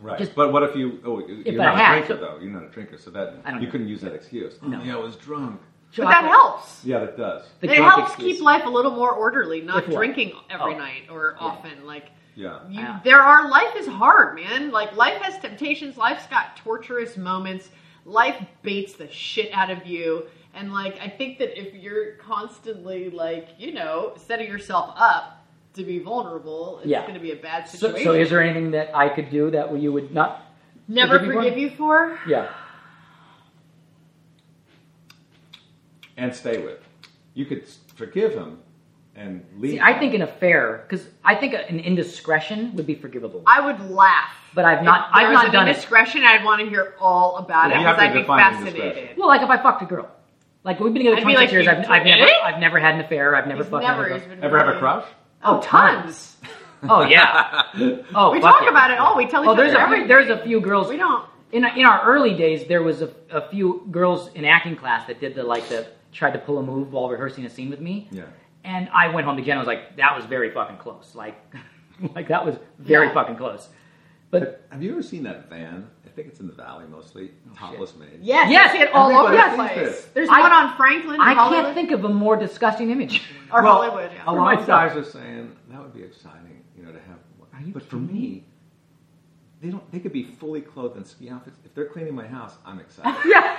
Speaker 3: Right.
Speaker 1: Just-
Speaker 3: but what if you? Oh, you're
Speaker 1: I
Speaker 3: not a
Speaker 1: had
Speaker 3: drinker
Speaker 1: to.
Speaker 3: though. You're not a drinker, so that
Speaker 1: I don't
Speaker 3: you
Speaker 1: know.
Speaker 3: couldn't use that excuse.
Speaker 1: No.
Speaker 3: Oh, yeah, I was drunk.
Speaker 1: So
Speaker 2: But
Speaker 1: I-
Speaker 2: that helps.
Speaker 3: Yeah, that does.
Speaker 1: the
Speaker 2: it
Speaker 1: drunk
Speaker 2: helps
Speaker 1: excuse.
Speaker 2: keep life a little more orderly, not
Speaker 1: If what?
Speaker 2: drinking every
Speaker 1: Oh.
Speaker 2: night or often. Like,
Speaker 3: Yeah.
Speaker 2: you,
Speaker 1: Yeah.
Speaker 2: there are life is hard, man. Like, life has temptations. Life's got torturous moments. Life baits the shit out of you. And like, I think that if you're constantly like, you know, setting yourself up to be vulnerable, it's
Speaker 1: Yeah.
Speaker 2: going to be a bad
Speaker 1: So,
Speaker 2: situation.
Speaker 1: so is there anything that I could do that you would not?
Speaker 2: Never
Speaker 1: forgive you for?
Speaker 2: forgive you for.
Speaker 1: Yeah.
Speaker 3: And stay with. You could s- forgive him and leave.
Speaker 1: See, I think an affair, because I think an indiscretion would be forgivable.
Speaker 2: I would laugh.
Speaker 1: But I've not-
Speaker 2: If there
Speaker 1: I've
Speaker 2: was
Speaker 1: not
Speaker 2: an
Speaker 1: done it.
Speaker 2: indiscretion. I'd want to hear all about
Speaker 3: Yeah,
Speaker 2: it
Speaker 3: you have
Speaker 2: because
Speaker 3: to
Speaker 2: I'd be
Speaker 3: define
Speaker 2: fascinated.
Speaker 3: indiscretion.
Speaker 1: Well, like if I fucked a girl, like we've been together
Speaker 2: I'd be like,
Speaker 1: 26 years.
Speaker 2: you
Speaker 1: I've, I've never,
Speaker 2: did it?
Speaker 1: I've never had an affair. I've never fucked
Speaker 2: never.
Speaker 1: another
Speaker 2: he's
Speaker 1: girl.
Speaker 2: been
Speaker 3: Ever have a
Speaker 2: really-
Speaker 3: crush?
Speaker 2: Oh, tons.
Speaker 1: Oh yeah. Oh,
Speaker 2: we
Speaker 1: fuck
Speaker 2: talk
Speaker 1: yeah.
Speaker 2: about it all. We tell each
Speaker 1: Oh, there's
Speaker 2: other
Speaker 1: a few,
Speaker 2: everything.
Speaker 1: there's a few girls.
Speaker 2: We don't.
Speaker 1: in in our early days there was a, a few girls in acting class that did the like the tried to pull a move while rehearsing a scene with me.
Speaker 3: Yeah.
Speaker 1: And I went home to Jen. I was like, that was very fucking close. Like, like that was very
Speaker 2: Yeah.
Speaker 1: fucking close. But
Speaker 3: Have you ever seen that van? I think it's in the valley
Speaker 1: Oh,
Speaker 3: mostly. Topless maid.
Speaker 2: Yes,
Speaker 1: Yes,
Speaker 2: I see it all over
Speaker 3: everybody
Speaker 2: the
Speaker 3: sees
Speaker 2: place.
Speaker 3: this.
Speaker 2: There's
Speaker 1: I-
Speaker 2: one on Franklin. In
Speaker 1: I
Speaker 2: Hollywood,
Speaker 1: can't think of a more disgusting image.
Speaker 2: Or
Speaker 3: Well,
Speaker 2: Hollywood. Yeah.
Speaker 3: A lot of
Speaker 1: myself.
Speaker 3: guys are saying that would be exciting, you know, to have. One.
Speaker 1: Are you
Speaker 3: but for
Speaker 1: kidding
Speaker 3: me, they don't. They could be fully clothed in ski outfits. If they're cleaning my house, I'm excited.
Speaker 1: yeah.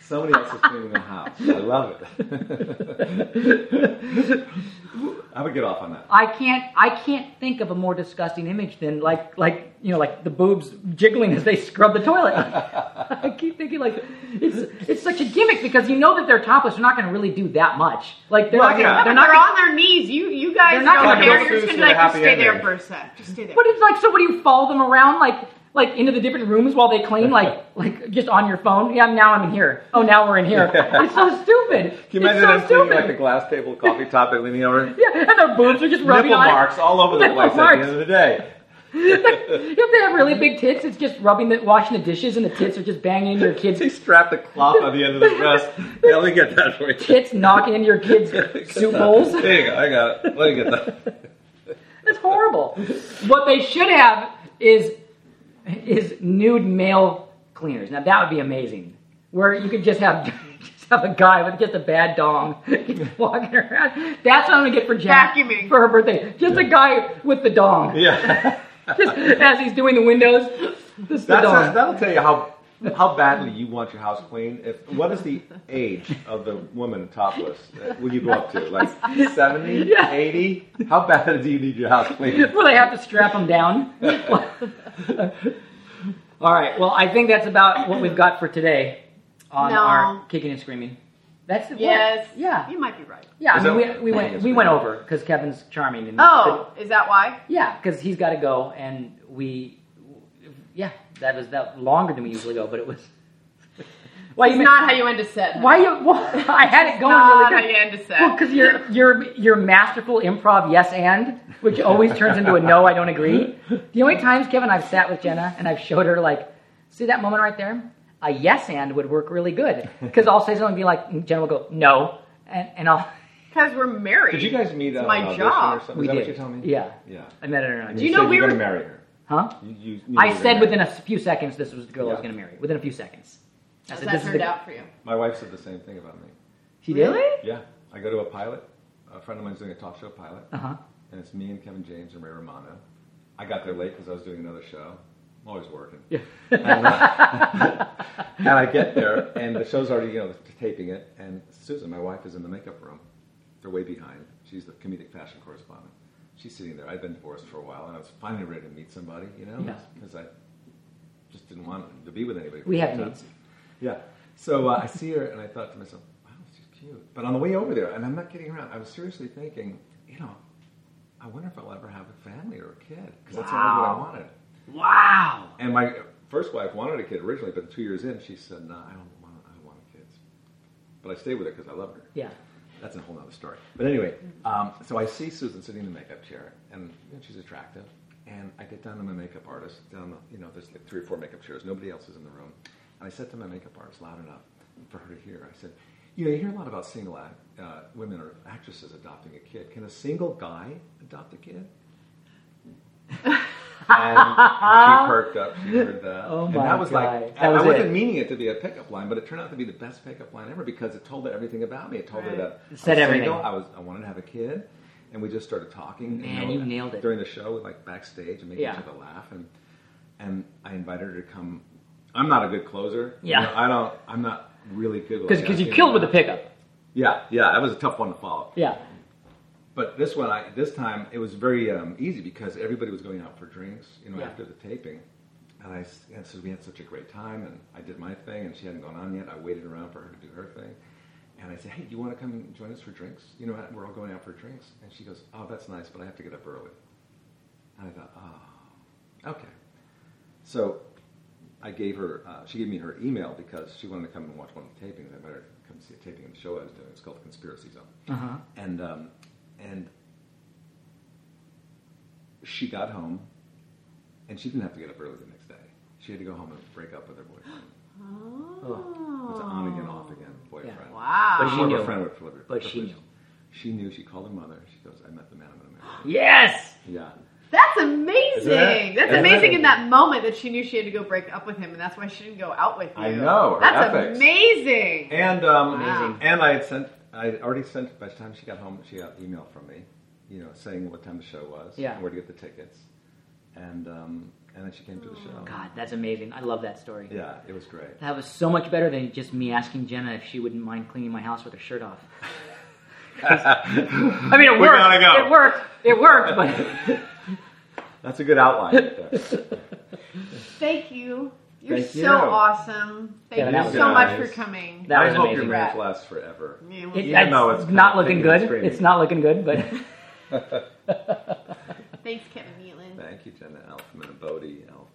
Speaker 3: Somebody else is cleaning the house. I love it. I would get off on that.
Speaker 1: I can't I can't think of a more disgusting image than like like you know like the boobs jiggling as they scrub the toilet. I keep thinking like it's it's such a gimmick because you know that they're topless. They're not going to really do that much. Like they're
Speaker 3: Well,
Speaker 1: not gonna,
Speaker 3: yeah.
Speaker 2: Yeah, but
Speaker 1: they're
Speaker 2: they're
Speaker 1: not. Gonna,
Speaker 2: on their knees. You you guys
Speaker 1: They're not
Speaker 2: don't care.
Speaker 1: gonna go
Speaker 2: You're
Speaker 3: through
Speaker 2: just
Speaker 3: to
Speaker 2: gonna
Speaker 3: the
Speaker 2: be like, just
Speaker 3: happy
Speaker 2: stay there
Speaker 3: ending.
Speaker 2: for a sec. Just stay there.
Speaker 1: but it's like so. What do you follow them around like like into the different rooms while they clean like like just on your phone? Yeah, now I'm in here. Oh, now we're in here. It's so stupid.
Speaker 3: Can you imagine
Speaker 1: it's
Speaker 3: them
Speaker 1: so
Speaker 3: cleaning
Speaker 1: stupid.
Speaker 3: like a glass table, coffee top, and leaning over?
Speaker 1: yeah, and their boobs are just rubbing
Speaker 3: Nipple
Speaker 1: on it.
Speaker 3: marks all over the
Speaker 1: Nipple
Speaker 3: place at
Speaker 1: marks.
Speaker 3: the end of the day.
Speaker 1: if they have really big tits, it's just rubbing the washing the dishes, and the tits are just banging into your kids'
Speaker 3: They strap the cloth on the end of the dress. They only get that for you.
Speaker 1: tits, knocking into your kids' soup bowls.
Speaker 3: There you go. I got it. Let me get that.
Speaker 1: It's horrible. What they should have is is nude male cleaners. Now that would be amazing. Where you could just have just have a guy with just a bad dong walking around. That's what I'm gonna get for Jack
Speaker 2: Vacuuming.
Speaker 1: for her birthday. Just a guy with the dong.
Speaker 3: Yeah.
Speaker 1: Just as he's doing the windows. Just the
Speaker 3: That's
Speaker 1: dong.
Speaker 3: that'll tell you how How badly you want your house clean? If what is the age of the woman topless? Uh, Will you go up to like 70, 80? How bad do you need your house clean?
Speaker 1: Well, they have to strap them down. All right. Well, I think that's about what we've got for today on
Speaker 2: No.
Speaker 1: our kicking and screaming. That's the what?
Speaker 2: Yes.
Speaker 1: Yeah.
Speaker 2: You might be right.
Speaker 1: Yeah.
Speaker 3: Is
Speaker 1: I mean,
Speaker 3: that-
Speaker 1: we, we went we went over because Kevin's charming. And
Speaker 2: Oh, is that why?
Speaker 1: yeah, because he's got to go, and we. Yeah, that was that longer than we usually go, but it was. Why
Speaker 2: It's not how you end a set.
Speaker 1: Why you? Well, I had it going
Speaker 2: Not
Speaker 1: really
Speaker 2: how
Speaker 1: good.
Speaker 2: you end a set.
Speaker 1: Well, because your your your masterful improv yes and, which always turns into a no, I don't agree. The only times Kevin I've sat with Jenna and I've showed her like, see that moment right there, a yes and would work really good because I'll say something and be like, and Jenna will go no, and and I'll
Speaker 2: Because we're married.
Speaker 3: Did you guys meet on
Speaker 2: my
Speaker 3: an audition
Speaker 2: job.
Speaker 3: or something?
Speaker 1: we
Speaker 3: Is that
Speaker 1: did
Speaker 3: what you're telling me?
Speaker 1: yeah
Speaker 3: Yeah.
Speaker 1: I met her and
Speaker 3: And
Speaker 1: I
Speaker 2: you know
Speaker 3: said
Speaker 2: we
Speaker 3: you're
Speaker 2: were-
Speaker 3: gonna marry her?
Speaker 1: huh
Speaker 3: You, you, you
Speaker 1: I
Speaker 3: were
Speaker 1: said
Speaker 3: gonna-
Speaker 1: within a few seconds this was the girl I was
Speaker 3: Yeah.
Speaker 1: gonna marry within a few seconds I
Speaker 2: How's
Speaker 1: said,
Speaker 2: that
Speaker 1: this is
Speaker 2: turned
Speaker 1: the-
Speaker 2: out for you?
Speaker 3: My wife said the same thing about me.
Speaker 1: she did
Speaker 2: Really?
Speaker 3: Yeah, I go to a pilot. A friend of mine's doing a talk show pilot,
Speaker 1: uh huh
Speaker 3: and it's me and Kevin James and Ray Romano. I got there late because I was doing another show. I'm always working.
Speaker 1: yeah
Speaker 3: and, uh, and I get there, and the show's already, you know, taping it. And Susan, my wife, is in the makeup room. They're way behind. She's the comedic fashion correspondent. She's sitting there. I've been divorced for a while, and I was finally ready to meet somebody, you know,
Speaker 1: Yeah.
Speaker 3: because I just didn't want to be with anybody. for
Speaker 1: We
Speaker 3: a
Speaker 1: have
Speaker 3: long time.
Speaker 1: needs.
Speaker 3: Yeah. So uh, I see her, and I thought to myself, wow, she's cute. But on the way over there, and I'm not kidding around, I was seriously thinking, you know, I wonder if I'll ever have a family or a kid, because that's always what I
Speaker 1: Wow.
Speaker 3: wanted.
Speaker 1: wow
Speaker 3: And my first wife wanted a kid originally, but two years in, she said, "No, I don't want. I don't want kids." But I stayed with her because I love her.
Speaker 1: yeah
Speaker 3: That's a whole other story. But anyway, um, so I see Susan sitting in the makeup chair, and you know, she's attractive. And I get down to my makeup artist. Down, the, you know, there's like three or four makeup chairs. Nobody else is in the room. And I said to my makeup artist loud enough for her to hear. I said, "You know, you hear a lot about single act, uh, women or actresses adopting a kid. Can a single guy adopt a kid?" and she perked up. She heard that.
Speaker 1: Oh
Speaker 3: and
Speaker 1: my
Speaker 3: that was
Speaker 1: God.
Speaker 3: like
Speaker 1: That was
Speaker 3: I wasn't
Speaker 1: it.
Speaker 3: meaning it to be a pickup line, but it turned out to be the best pickup line ever because it told her everything about me. It told her
Speaker 2: Right.
Speaker 3: that I
Speaker 1: It
Speaker 3: was
Speaker 1: said everything.
Speaker 3: single, I was I wanted to have a kid, and we just started talking.
Speaker 1: Man, you nailed it.
Speaker 3: during the show, like backstage and making
Speaker 1: Yeah.
Speaker 3: each other laugh, and and I invited her to come. I'm not a good closer. You
Speaker 1: Yeah.
Speaker 3: know, I don't. I'm not really good with
Speaker 1: because
Speaker 3: like,
Speaker 1: because you
Speaker 3: asking
Speaker 1: killed with the
Speaker 3: about-
Speaker 1: pickup
Speaker 3: Yeah, yeah, that was a tough one to follow.
Speaker 1: yeah
Speaker 3: But this one, I, this time, it was very um, easy because everybody was going out for drinks, you know,
Speaker 1: Yeah.
Speaker 3: after the taping. And I s- and so we had such a great time, and I did my thing, and she hadn't gone on yet. I waited around for her to do her thing, and I said, "Hey, do you want to come and join us for drinks? You know, we're all going out for drinks." And she goes, "Oh, that's nice, but I have to get up early." And I thought, "Oh, okay." So I gave her, uh, she gave me her email because she wanted to come and watch one of the tapings. I met her come see a taping of the show I was doing. It's called Conspiracy Zone.
Speaker 1: Uh-huh.
Speaker 3: And, um, and she got home and she didn't have to get up early the next day. She had to go home and break up with her boyfriend. It was an on again, off again boyfriend.
Speaker 2: Oh. Wow.
Speaker 1: But Oh. she
Speaker 3: Former
Speaker 1: knew.
Speaker 3: friend with privilege.
Speaker 1: But she
Speaker 3: privilege.
Speaker 1: knew.
Speaker 3: She knew. She called her mother. She goes, I met the man I'm going to marry.
Speaker 1: yes
Speaker 3: Yeah.
Speaker 2: That's amazing.
Speaker 3: Isn't it?
Speaker 2: That's
Speaker 3: Isn't
Speaker 2: amazing
Speaker 3: it?
Speaker 2: in that moment that she knew she had to go break up with him, and that's why she didn't go out with you.
Speaker 3: I know, her
Speaker 2: That's
Speaker 3: ethics.
Speaker 2: amazing.
Speaker 3: And um,
Speaker 2: Wow.
Speaker 3: and I had sent, I had already sent. By the time she got home, she got email from me, you know, saying what time the show was,
Speaker 1: Yeah.
Speaker 3: and where to get the tickets, and um, and then she came to the show.
Speaker 1: God that's amazing I love that story
Speaker 3: Yeah, it was great.
Speaker 1: That was so much better than just me asking Jenna if she wouldn't mind cleaning my house with her shirt off. I mean, it
Speaker 3: We
Speaker 1: worked.
Speaker 3: gotta go.
Speaker 1: It worked. It worked. But
Speaker 3: That's a good outline. Right there.
Speaker 2: Thank you. You're
Speaker 3: Thank
Speaker 2: so
Speaker 3: you.
Speaker 2: awesome. Thank
Speaker 1: Yeah,
Speaker 2: you
Speaker 1: that
Speaker 2: so
Speaker 1: was
Speaker 2: much for
Speaker 3: nice.
Speaker 2: coming.
Speaker 1: That
Speaker 3: I
Speaker 1: was
Speaker 3: hope
Speaker 1: amazing.
Speaker 3: your marriage lasts forever.
Speaker 2: Yeah, well,
Speaker 1: it,
Speaker 3: Even though
Speaker 1: it's
Speaker 3: it's
Speaker 1: not
Speaker 3: kinda
Speaker 1: looking
Speaker 3: picking and
Speaker 1: good.
Speaker 3: screaming.
Speaker 1: It's not looking good, but
Speaker 2: thanks, Kevin Nealon.
Speaker 3: Thank you, Jenna Elfman and Bodie Elfman.